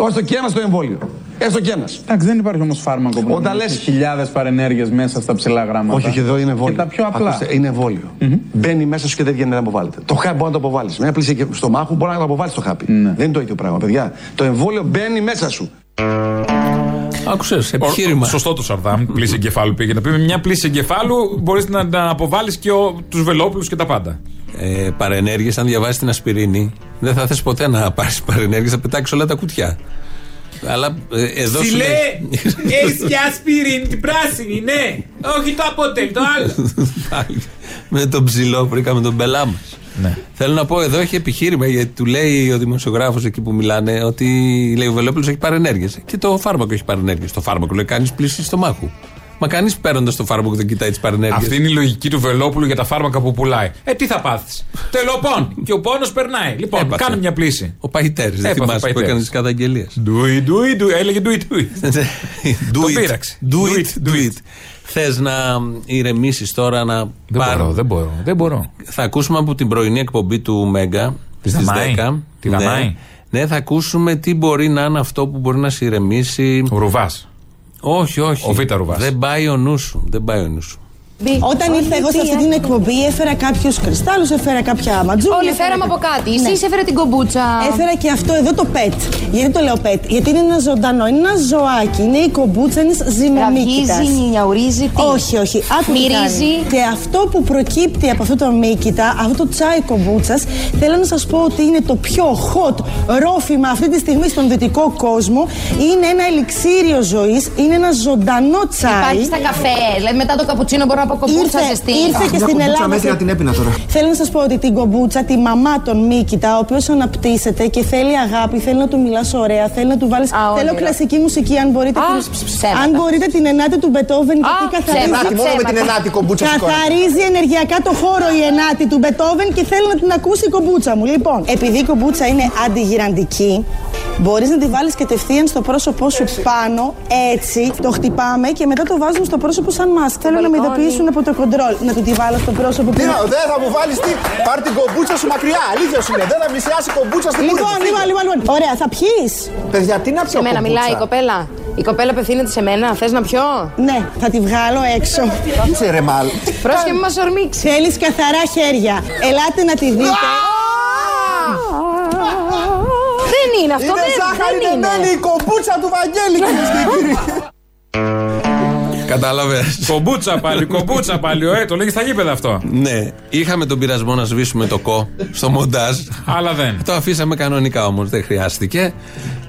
[SPEAKER 1] έστω και ένα στο εμβόλιο. Έστω και ένας.
[SPEAKER 2] Εντάξει, δεν υπάρχει όμως φάρμακο που
[SPEAKER 1] Όταν
[SPEAKER 2] να
[SPEAKER 1] λες-
[SPEAKER 2] χιλιάδες παρενέργειες μέσα στα ψηλά γράμματα.
[SPEAKER 1] Όχι, όχι, εδώ είναι εμβόλιο.
[SPEAKER 2] Και τα πιο απλά.
[SPEAKER 1] Ακούστε, ε, είναι εμβόλιο. Μπαίνει μέσα σου και δεν βγαίνει να αποβάλλεται. Το χάπι μπορεί να το αποβάλεις. Μια πλήση και στο μάχο μπορεί να το αποβάλεις το χάπι.
[SPEAKER 2] Ναι.
[SPEAKER 1] Δεν είναι το ίδιο πράγμα, παιδιά. Το εμβόλιο μπαίνει μέσα σου.
[SPEAKER 3] Άκουσες,
[SPEAKER 5] Ο-
[SPEAKER 3] επιχείρημα.
[SPEAKER 5] Σωστό το Σαρδάμ. Πλήση εγκεφάλου πήγε να πει. Με μια πλήση εγκεφάλου μπορείς να, να αποβάλεις και τους Βελόπουλους και τα πάντα.
[SPEAKER 3] ε, παρενέργειες, αν διαβάσεις την ασπιρίνη, δεν θα θες ποτέ να πάρεις παρενέργειες, θα πετάξεις όλα τα κουτιά. Αλλά ε, εδώ σου
[SPEAKER 4] Φιλέ,
[SPEAKER 3] λέει-
[SPEAKER 4] έχεις και άσπιριν την πράσινη, ναι. Όχι το αποτελ, το άλλο.
[SPEAKER 3] Πάλι. με τον ψηλό βρήκαμε τον πελά μας.
[SPEAKER 5] Ναι.
[SPEAKER 3] Θέλω να πω, εδώ έχει επιχείρημα γιατί του λέει ο δημοσιογράφος εκεί που μιλάνε ότι λέει ο Βελόπουλος έχει παρενέργειες. Και το φάρμακο έχει παρενέργειες. Το φάρμακο λέει κάνεις πλήση στο μάχου. Μα κανείς παίρνοντας το φάρμακο δεν κοιτάει τις
[SPEAKER 5] Αυτή
[SPEAKER 3] παρενέργειε.
[SPEAKER 5] είναι η λογική του Βελόπουλου για τα φάρμακα που πουλάει. Ε, τι θα πάθεις. Τελοπών. και ο πόνος περνάει. Λοιπόν,
[SPEAKER 3] Έπαθε.
[SPEAKER 5] κάνε μια πλήση.
[SPEAKER 3] Ο Παϊτέρης, δεν
[SPEAKER 5] Έπαθε ο
[SPEAKER 3] θυμάσαι που
[SPEAKER 5] Παϊτέρης.
[SPEAKER 3] έκανες τις καταγγελίες.
[SPEAKER 5] Do it, do it, do it. Έλεγε do it, do it.
[SPEAKER 3] do,
[SPEAKER 5] Το
[SPEAKER 3] it,
[SPEAKER 5] πείραξε.
[SPEAKER 3] do it, do it. Θες να ηρεμήσεις τώρα να
[SPEAKER 5] Δεν
[SPEAKER 3] πάρ-
[SPEAKER 5] μπορώ, δεν μπορώ, δεν μπορώ.
[SPEAKER 3] Θα ακούσουμε από την πρωινή εκπομπή του Μέγκα
[SPEAKER 5] Της
[SPEAKER 3] στις
[SPEAKER 5] Δαμάη.
[SPEAKER 3] 10.
[SPEAKER 5] Τη
[SPEAKER 3] ναι.
[SPEAKER 5] Δαμάη.
[SPEAKER 3] Ναι, θα ακούσουμε τι μπορεί να είναι αυτό που μπορεί να σε ηρεμήσει.
[SPEAKER 5] Ο Ρουβάς.
[SPEAKER 3] Όχι, όχι.
[SPEAKER 5] Ο Β' Ρουβάς.
[SPEAKER 3] Δεν πάει ο νους σου. Δεν πάει ο νους σου.
[SPEAKER 13] Όταν ήρθα εγώ σε αυτή την εκπομπή, έφερα κάποιους κρυστάλλους, έφερα κάποια ματζούλια.
[SPEAKER 14] Όλοι
[SPEAKER 13] έφερα
[SPEAKER 14] φέραμε από
[SPEAKER 13] κάποια-
[SPEAKER 14] κάτι.
[SPEAKER 13] Ναι.
[SPEAKER 14] Εσύ έφερε την κομπούτσα.
[SPEAKER 13] Έφερα και αυτό εδώ το pet. Γιατί το λέω pet, Γιατί είναι ένα ζωντανό, είναι ένα ζωάκι. Είναι η κομπούτσα, είναι ζυμομύκητα.
[SPEAKER 14] Ραβγίζει, νιαουρίζει. Τι.
[SPEAKER 13] Όχι, όχι. Άκου τι
[SPEAKER 14] Μυρίζει.
[SPEAKER 13] κάνει. Και αυτό που προκύπτει από αυτό το μύκητα, αυτό το τσάι κομπούτσας, θέλω να σας πω ότι είναι το πιο hot ρόφημα αυτή τη στιγμή στον δυτικό κόσμο. Είναι ένα ελιξίριο ζωής, είναι ένα ζωντανό τσάι.
[SPEAKER 14] Υπάρχει στα καφέ. Δηλαδή μετά το καπουτσίνο μπορώ να από κομπούτσα
[SPEAKER 13] Ήρθε-
[SPEAKER 14] ζεστή.
[SPEAKER 13] ήρθε και στην Ελλάδα.
[SPEAKER 15] μέτρια την έπινα τώρα.
[SPEAKER 13] Θέλω να σας πω ότι την κομπούτσα, τη μαμά των Μίκητα, ο οποίος αναπτύσσεται και θέλει αγάπη, θέλει να του μιλάς ωραία, θέλει να του βάλεις. Θέλω
[SPEAKER 14] όνειρα.
[SPEAKER 13] κλασική μουσική, αν μπορείτε.
[SPEAKER 14] Α,
[SPEAKER 13] την-
[SPEAKER 14] ψ, ψέματα.
[SPEAKER 13] Αν μπορείτε την ενάτη του Μπετόβεν, γιατί καθαρίζει.
[SPEAKER 15] ψέματα, Μόνο με ψέματα. την ενάτη κομπούτσα
[SPEAKER 13] Καθαρίζει ενεργειακά το χώρο η ενάτη του Μπετόβεν και θέλω να την ακούσει η κομπούτσα μου. Λοιπόν, επειδή η κομπούτσα είναι αντιγυραντική, μπορείς να τη βάλεις κατευθείαν στο πρόσωπό σου πάνω, έτσι. Το χτυπάμε και μετά το βάζουμε στο πρόσωπο σαν μάσκα. Θέλω να με ειδοποιήσουν από το κοντρόλ. Να του τη βάλω στο πρόσωπο που.
[SPEAKER 15] Νίνα, δεν θα μου βάλεις τι. Πάρ την κομπούτσα σου μακριά. Αλήθεια σου είναι. Δεν θα πλησιάσει η κομπούτσα στην
[SPEAKER 13] Λοιπόν, λοιπόν, λοιπόν, λοιπόν. Ωραία, θα πιεις.
[SPEAKER 15] Παιδιά, τι να πιω.
[SPEAKER 14] Σε μένα μιλάει η κοπέλα. Η κοπέλα απευθύνεται σε μένα. Θες να πιω.
[SPEAKER 13] Ναι, θα τη βγάλω έξω.
[SPEAKER 15] Κάτσε ρε μάλ.
[SPEAKER 14] Πρόσχε, μη μας ορμήξεις.
[SPEAKER 13] Θέλεις καθαρά χέρια. Ελάτε να τη δείτε.
[SPEAKER 14] Δεν είναι αυτό,
[SPEAKER 15] Είναι ζάχαρη
[SPEAKER 14] δεν, δεν
[SPEAKER 15] δεμένη
[SPEAKER 14] είναι.
[SPEAKER 15] η κομπούτσα του Βαγγέλη, κυρίες και κύριοι.
[SPEAKER 3] Κατάλαβες.
[SPEAKER 5] Κομπούτσα πάλι, κομπούτσα πάλι. Ε, το λέγεις στα γήπεδα αυτό.
[SPEAKER 3] Ναι, είχαμε τον πειρασμό να σβήσουμε το κο στο μοντάζ.
[SPEAKER 5] Αλλά δεν.
[SPEAKER 3] Το αφήσαμε κανονικά όμως, δεν χρειάστηκε.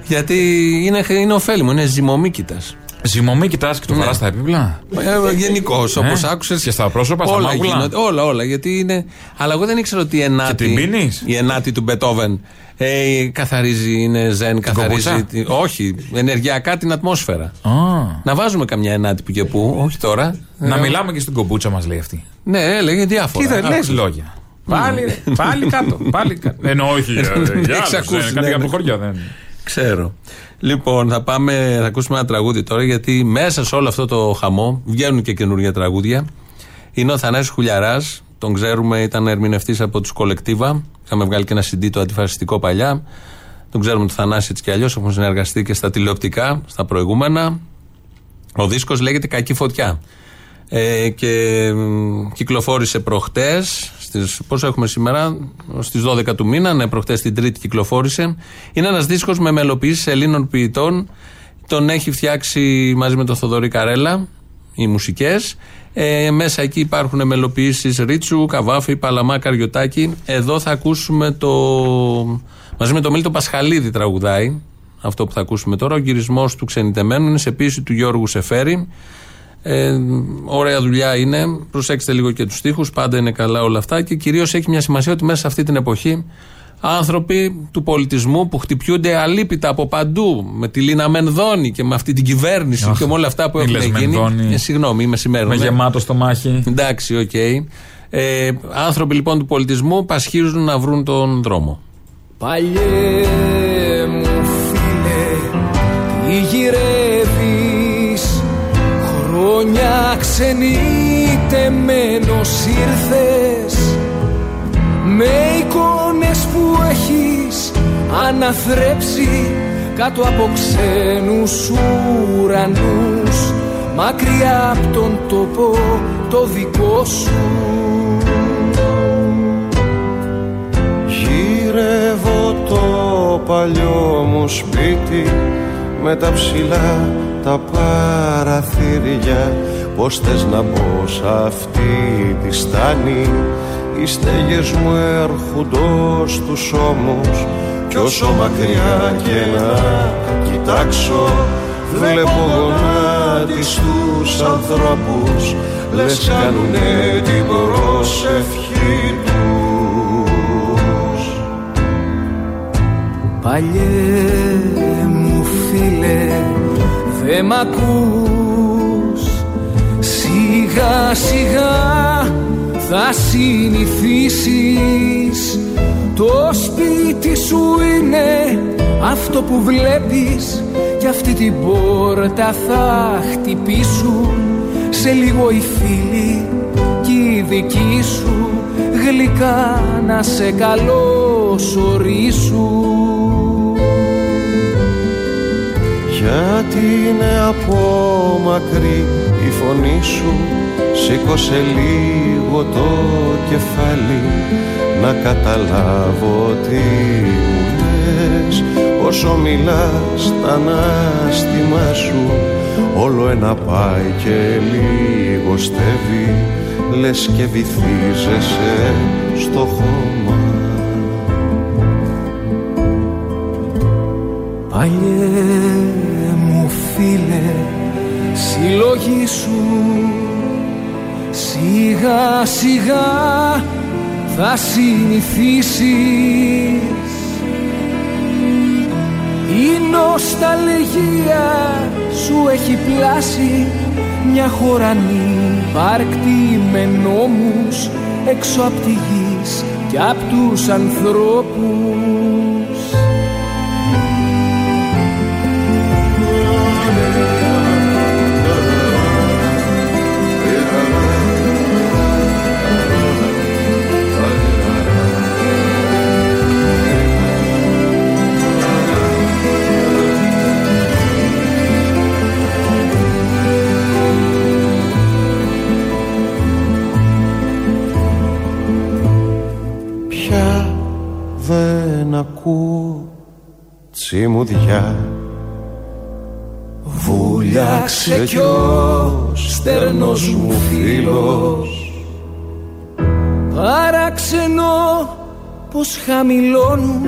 [SPEAKER 3] Γιατί είναι, είναι ωφέλιμο, είναι ζυμομίκητας.
[SPEAKER 5] Ζυμωμή κοιτάς και το βαρά στα επίπλα.
[SPEAKER 3] Ε, Γενικώ, όπως άκουσες.
[SPEAKER 5] Ε. Και στα πρόσωπα, στα
[SPEAKER 3] Όλα
[SPEAKER 5] μάγουλα.
[SPEAKER 3] γίνονται. Όλα, όλα. Γιατί είναι. Αλλά εγώ δεν ήξερα ότι η ενάτη.
[SPEAKER 5] την πίνεις?
[SPEAKER 3] η ενάτη του Μπετόβεν. Ε, καθαρίζει, είναι ζεν, καθαρίζει.
[SPEAKER 5] κομπούτσα?
[SPEAKER 3] τη- όχι, ενεργειακά την ατμόσφαιρα. Να βάζουμε καμιά ενάτη που και που, όχι τώρα.
[SPEAKER 5] Να
[SPEAKER 3] Ε,
[SPEAKER 5] μιλάμε και στην κομπούτσα μας, λέει αυτή.
[SPEAKER 3] Ναι, έλεγε διάφορα.
[SPEAKER 5] Ναι. Τι θα λε
[SPEAKER 3] Άκουσες.
[SPEAKER 5] λόγια. Πάλι, πάλι κάτω. Πάλι κάτω. Ενώ όχι. ε, για άλλους,
[SPEAKER 3] Έχεις
[SPEAKER 5] ε,
[SPEAKER 3] ακούσει, ναι,
[SPEAKER 5] Κάτι
[SPEAKER 3] ναι.
[SPEAKER 5] από χωριά δεν.
[SPEAKER 3] Ξέρω. Λοιπόν, θα πάμε, θα ακούσουμε ένα τραγούδι τώρα, γιατί μέσα σε όλο αυτό το χαμό βγαίνουν και καινούργια τραγούδια. Είναι ο Θανάσης Χουλιαράς, τον ξέρουμε, ήταν ερμηνευτής από τους Κολεκτίβα. Είχαμε βγάλει και ένα CD το αντιφασιστικό παλιά. Τον ξέρουμε του Θανάση έτσι κι αλλιώς, έχουν συνεργαστεί και στα τηλεοπτικά, στα προηγούμενα. Ο δίσκος λέγεται Κακή Φωτιά. Ε, και μ, κυκλοφόρησε προχτές, στις, πόσο έχουμε σήμερα, στις 12 του μήνα, ναι, προχτές την Τρίτη κυκλοφόρησε. Είναι ένας δίσκος με μελοποιήσεις Ελλήνων ποιητών, τον έχει φτιάξει μαζί με τον Θοδωρή Καρέλα, οι μουσικές. Ε, μέσα εκεί υπάρχουν μελοποιήσεις Ρίτσου, Καβάφη, Παλαμά, Καριωτάκη. Εδώ θα ακούσουμε το... Μαζί με τον Μίλτο Πασχαλίδη τραγουδάει αυτό που θα ακούσουμε τώρα. Ο γυρισμός του ξενιτεμένου είναι σε ποίηση του Γιώργου Σεφέρη. Ε, ωραία δουλειά είναι. Προσέξτε λίγο και τους τοίχου. Πάντα είναι καλά όλα αυτά. Και κυρίως έχει μια σημασία ότι μέσα σε αυτή την εποχή άνθρωποι του πολιτισμού που χτυπιούνται αλήπητα από παντού με τη Λίνα Μενδώνη και με αυτή την κυβέρνηση
[SPEAKER 5] Αχ,
[SPEAKER 3] και με όλα αυτά που
[SPEAKER 5] μη
[SPEAKER 3] έχουν
[SPEAKER 5] λες
[SPEAKER 3] γίνει.
[SPEAKER 5] Μενδώνη.
[SPEAKER 3] Ε, συγγνώμη, είμαι σήμερα.
[SPEAKER 5] Με γεμάτο στο μάχη.
[SPEAKER 3] Εντάξει, οκ. Ε, άνθρωποι λοιπόν του πολιτισμού πασχίζουν να βρουν τον δρόμο.
[SPEAKER 9] Παλιέ μου φίλε, τι γυρεύεις Χρόνια ξενιτεμένος ήρθες Με εικόνες που έχεις αναθρέψει Κάτω από ξένους ουρανούς Μακριά από τον τόπο το δικό σου
[SPEAKER 16] Γύρευω το παλιό μου σπίτι με τα ψηλά τα παραθύρια πως θες να μπω σ' αυτή τη στάνη οι στέγες μου έρχονται στους ώμους κι όσο μακριά και να κοιτάξω βλέπω γονάτις τους ανθρώπους λες κάνουνε την προσευχή τους
[SPEAKER 9] Παλιέ μου φίλε δε μ' ακούς Σιγά σιγά θα συνηθίσεις Το σπίτι σου είναι αυτό που βλέπεις Κι αυτή την πόρτα θα χτυπήσουν Σε λίγο οι φίλοι κι οι δικοί σου Γλυκά να σε καλωσορίσουν
[SPEAKER 16] Γιατί είναι από μακρύ η φωνή σου Σήκωσε λίγο το κεφάλι Να καταλάβω τι μου λες Όσο μιλάς τα ανάστημά σου Όλο ένα πάει και λίγο στεύει Λες και βυθίζεσαι στο χώμα
[SPEAKER 9] Παλιέ μου φίλε, συλλογή σου Σιγά σιγά θα συνηθίσεις Η νοσταλγία σου έχει πλάσει Μια χωρανή πάρκτη με νόμους Έξω απ' τη γης και απ' τους ανθρώπους
[SPEAKER 16] πια δεν ακούω τσιμουδιά Βουλιάξε κι ο
[SPEAKER 9] στέρνος μου φίλος Παραξενώ πως χαμηλώνουν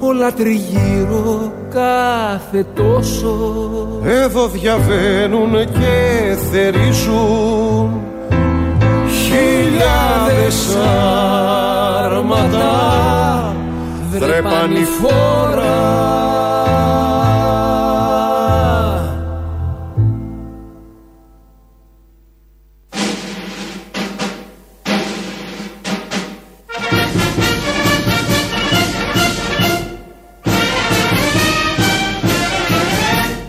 [SPEAKER 9] όλα τριγύρω κάθε τόσο
[SPEAKER 16] Εδώ διαβαίνουν και θερίζουν χιλιάδες άρματα δρεπανηφόρα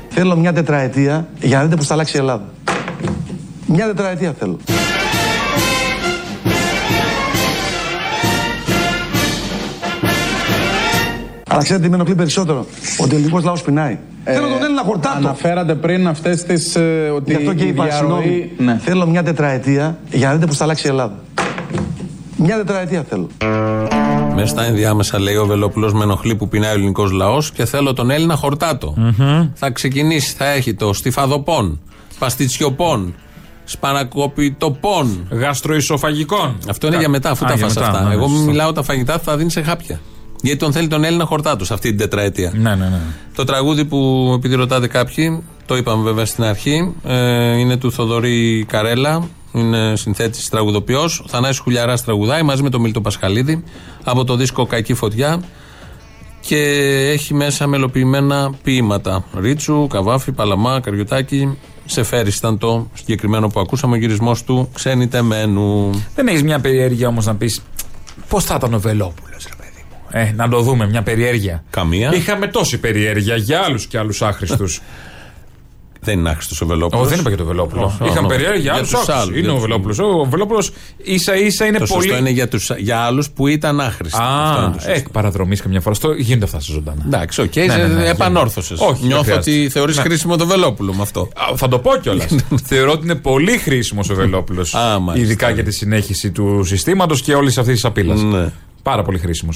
[SPEAKER 1] Θέλω μια τετραετία για να δείτε πώς θα αλλάξει η Ελλάδα. Μια τετραετία θέλω. Αλλά ξέρετε τι με ενοχλεί περισσότερο. Ότι ο ελληνικός λαός πεινάει. Θέλω τον Έλληνα χορτάτο.
[SPEAKER 2] Αναφέρατε πριν αυτές τις. Ε, ότι
[SPEAKER 1] Γι' αυτό και
[SPEAKER 2] η
[SPEAKER 1] είπα,
[SPEAKER 2] διαρροή- Ναι.
[SPEAKER 1] συγγνώμη. Θέλω μια τετραετία για να δείτε πώς θα αλλάξει η Ελλάδα. Μια τετραετία θέλω.
[SPEAKER 3] Μέσα στα ενδιάμεσα λέει ο Βελόπουλος με ενοχλεί που πεινάει ο ελληνικός λαός και θέλω τον Έλληνα χορτάτο. Θα ξεκινήσει, θα έχει το στιφαδοπών, παστιτσιοπών, σπανακοπιτοπών.
[SPEAKER 5] Γαστροϊσοφαγικών.
[SPEAKER 3] Αυτό είναι για μετά, αφού
[SPEAKER 5] Α,
[SPEAKER 3] τα
[SPEAKER 5] για
[SPEAKER 3] φας
[SPEAKER 5] μετά,
[SPEAKER 3] αυτά.
[SPEAKER 5] ναι,
[SPEAKER 3] Εγώ
[SPEAKER 5] σωστά.
[SPEAKER 3] μιλάω τα φαγητά θα δίνεις σε χάπια. Γιατί τον θέλει τον Έλληνα χορτάτο σε αυτή την τετραετία.
[SPEAKER 5] Ναι, ναι, ναι.
[SPEAKER 3] Το τραγούδι που επειδή ρωτάτε κάποιοι, το είπαμε βέβαια στην αρχή, ε, είναι του Θοδωρή Καρέλα, είναι συνθέτης τραγουδοποιός, ο Θανάης Χουλιαράς τραγουδάει μαζί με τον Μίλτο Πασχαλίδη από το δίσκο Κακή Φωτιά και έχει μέσα μελοποιημένα ποίηματα. Ρίτσου, Καβάφη, Παλαμά, Καριωτάκη, Σεφέρης ήταν το συγκεκριμένο που ακούσαμε, ο γυρισμός του ξένη τεμένου.
[SPEAKER 5] Δεν έχεις μια περιέργεια όμως να πεις πώς θα ήταν ο Βελόπουλος, ρε παιδί μου. Ε, να το δούμε, μια περιέργεια.
[SPEAKER 3] Καμία. Ε,
[SPEAKER 5] Είχαμε τόση περιέργεια για άλλους και άλλους άχρηστους.
[SPEAKER 3] Δεν είναι άχρηστος ο Βελόπουλος.
[SPEAKER 5] Ω, δεν είπα για τον Βελόπουλο. Είχαμε περιέργεια για άλλους άχρηστους. Είναι ο Βελόπουλος. Ο Βελόπουλος ίσα ίσα είναι
[SPEAKER 3] Το
[SPEAKER 5] πολύ.
[SPEAKER 3] σωστό είναι για, τους, για άλλους που ήταν άχρηστοι. Αυτό είναι
[SPEAKER 5] Α,
[SPEAKER 3] το σωστό. Ναι,
[SPEAKER 5] ε, παραδρομής καμιά φορά. Στο, γίνονται αυτά σε ζωντανά.
[SPEAKER 3] Εντάξει, οκ, επανόρθωσε.
[SPEAKER 5] Όχι, δεν
[SPEAKER 3] Νιώθω
[SPEAKER 5] χρειάζεται.
[SPEAKER 3] ότι θεωρείς
[SPEAKER 5] Ναι.
[SPEAKER 3] χρήσιμο το Βελόπουλο με αυτό.
[SPEAKER 5] Α, Θα το πω κιόλας.
[SPEAKER 3] Ναι,
[SPEAKER 5] Θεωρώ ότι είναι πολύ χρήσιμος ο Βελόπουλος. Ειδικά για τη συνέχιση του συστήματος και όλης αυτής της απειλή.
[SPEAKER 3] Ναι.
[SPEAKER 5] Πάρα πολύ χρήσιμος.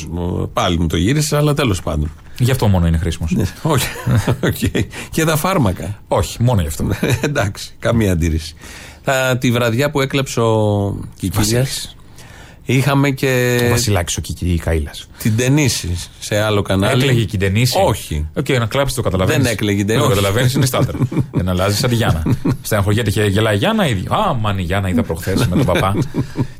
[SPEAKER 3] Πάλι μου το γύρισε, αλλά τέλος πάντων.
[SPEAKER 5] Γι' αυτό μόνο είναι χρήσιμος.
[SPEAKER 3] Όχι. Οκ. Και τα φάρμακα. Ε,
[SPEAKER 5] Όχι, μόνο γι'
[SPEAKER 3] Ναι.
[SPEAKER 5] αυτό.
[SPEAKER 3] Εντάξει, καμία αντίρρηση. Θα, τη βραδιά που έκλεψε ο Κικίλιας. Είχαμε και. Ο
[SPEAKER 5] Βασιλάκης ο Καήλα.
[SPEAKER 3] Την Τενίση σε άλλο κανάλι.
[SPEAKER 5] Έκλαιγε η Κιντενίση.
[SPEAKER 3] Όχι.
[SPEAKER 5] Οκ, να κλάψεις το καταλαβαίνεις.
[SPEAKER 3] Δεν έκλαιγε η
[SPEAKER 5] Δεν το
[SPEAKER 3] Ντενίση.
[SPEAKER 5] καταλαβαίνεις, είναι στάτερ. Δεν αλλάζεις σαν τη Γιάννα. Στεναχωριέται και γελάει η Γιάννα ίδια. Α, μαν η Γιάννα είδα προχθές με τον παπά.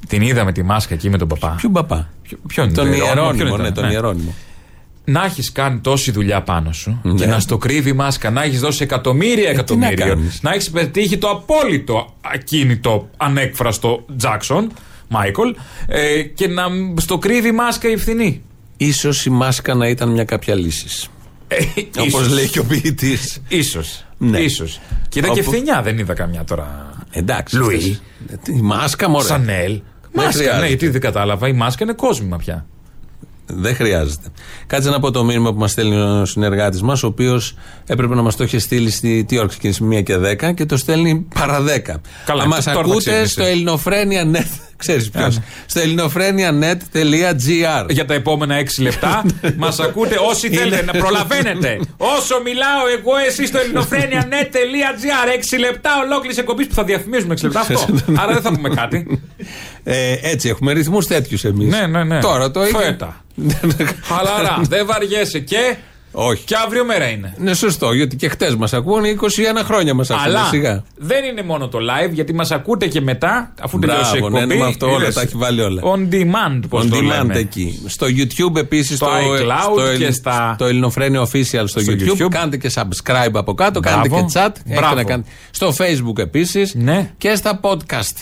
[SPEAKER 5] Την είδα με τη μάσκα εκεί με τον παπά.
[SPEAKER 3] Ποιον παπά.
[SPEAKER 5] Ποιον
[SPEAKER 3] Τον
[SPEAKER 5] το Ιερώνυμο, ποιον
[SPEAKER 3] Ιερώνυμο,
[SPEAKER 5] ήταν,
[SPEAKER 3] ναι, τον
[SPEAKER 5] ναι.
[SPEAKER 3] Ιερώνυμο.
[SPEAKER 5] Να έχεις κάνει τόση δουλειά πάνω σου και
[SPEAKER 3] Ναι. Ε,
[SPEAKER 5] να στο κρύβει η μάσκα, να έχεις δώσει εκατομμύρια εκατομμύρια.
[SPEAKER 3] κάνεις.
[SPEAKER 5] να έχεις πετύχει το απόλυτο ακίνητο ανέκφραστο Τζάξον, Μάικολ, ε, και να μ- στο κρύβει η μάσκα η φθηνή.
[SPEAKER 3] Ίσως η μάσκα να ήταν μια κάποια λύση. Όπω
[SPEAKER 5] Ε, ίσως.
[SPEAKER 3] λέει και ο ποιητής.
[SPEAKER 5] Ίσως.
[SPEAKER 3] Ναι.
[SPEAKER 5] Ίσως. Και είδα και
[SPEAKER 3] Όπου-
[SPEAKER 5] φθηνιά, δεν είδα καμιά τώρα.
[SPEAKER 3] Εντάξει.
[SPEAKER 5] Λουί.
[SPEAKER 3] αυτές. Η μάσκα μωρέ.
[SPEAKER 5] Σανέλ.
[SPEAKER 3] Δεν
[SPEAKER 5] Μάσκα, ναι,
[SPEAKER 3] χρειάζεται.
[SPEAKER 5] γιατί δεν κατάλαβα. Η μάσκα είναι κόσμημα πια.
[SPEAKER 3] Δεν χρειάζεται. Κάτσε να πω το μήνυμα που μας στέλνει ο συνεργάτης μας, ο οποίος έπρεπε να μας το είχε στείλει στη τι ώρα ξεκίνησε, 1 και 10 και το στέλνει παρά 10.
[SPEAKER 5] Καλά,
[SPEAKER 3] Αν μας
[SPEAKER 5] τώρα θα
[SPEAKER 3] ακούτε
[SPEAKER 5] ξύπνησες.
[SPEAKER 3] στο ελληνοφρένια.net. Ξέρεις ποιος. Στο ελληνοφρένια.net.gr.
[SPEAKER 5] Για τα επόμενα 6 λεπτά μας ακούτε όσοι θέλετε
[SPEAKER 3] Ναι, Είναι-
[SPEAKER 5] να προλαβαίνετε. Όσο μιλάω εγώ, εσεί στο ελληνοφρένια.net.gr. 6 λεπτά ολόκληρης εκπομπής που θα διαφημίζουμε 6 λεπτά αυτό.
[SPEAKER 3] Ναι,
[SPEAKER 5] Άρα δεν θα πούμε κάτι.
[SPEAKER 3] Ε, έτσι, έχουμε ρυθμούς τέτοιους εμείς.
[SPEAKER 5] Ναι, ναι, ναι.
[SPEAKER 3] Τώρα το έχει.
[SPEAKER 5] Φέτα. Χαλαρά. Δεν βαριέσαι και.
[SPEAKER 3] Όχι.
[SPEAKER 5] Και αύριο μέρα είναι.
[SPEAKER 3] Ναι, σωστό, γιατί και χτες μας ακούνε, 21 χρόνια μας ακούνε.
[SPEAKER 5] Αλλά
[SPEAKER 3] σιγά.
[SPEAKER 5] δεν είναι μόνο το live, γιατί μας ακούτε και μετά, αφού τελειώσει η
[SPEAKER 3] Μπράβο, ναι,
[SPEAKER 5] εκπομπή.
[SPEAKER 3] ναι, με αυτό όλα
[SPEAKER 5] είδες.
[SPEAKER 3] τα έχει βάλει όλα.
[SPEAKER 5] On demand, πώς
[SPEAKER 3] On
[SPEAKER 5] το
[SPEAKER 3] demand
[SPEAKER 5] λέμε.
[SPEAKER 3] εκεί. Στο YouTube επίσης,
[SPEAKER 5] Στο iCloud και στα-
[SPEAKER 3] στο Ελληνοφρένιο Official στο, YouTube.
[SPEAKER 5] YouTube.
[SPEAKER 3] Κάντε και subscribe από κάτω,
[SPEAKER 5] Μπράβο.
[SPEAKER 3] κάντε και chat. έχετε
[SPEAKER 5] Μπράβο. Ναι.
[SPEAKER 3] να κάνετε. Στο Facebook επίση και στα podcast.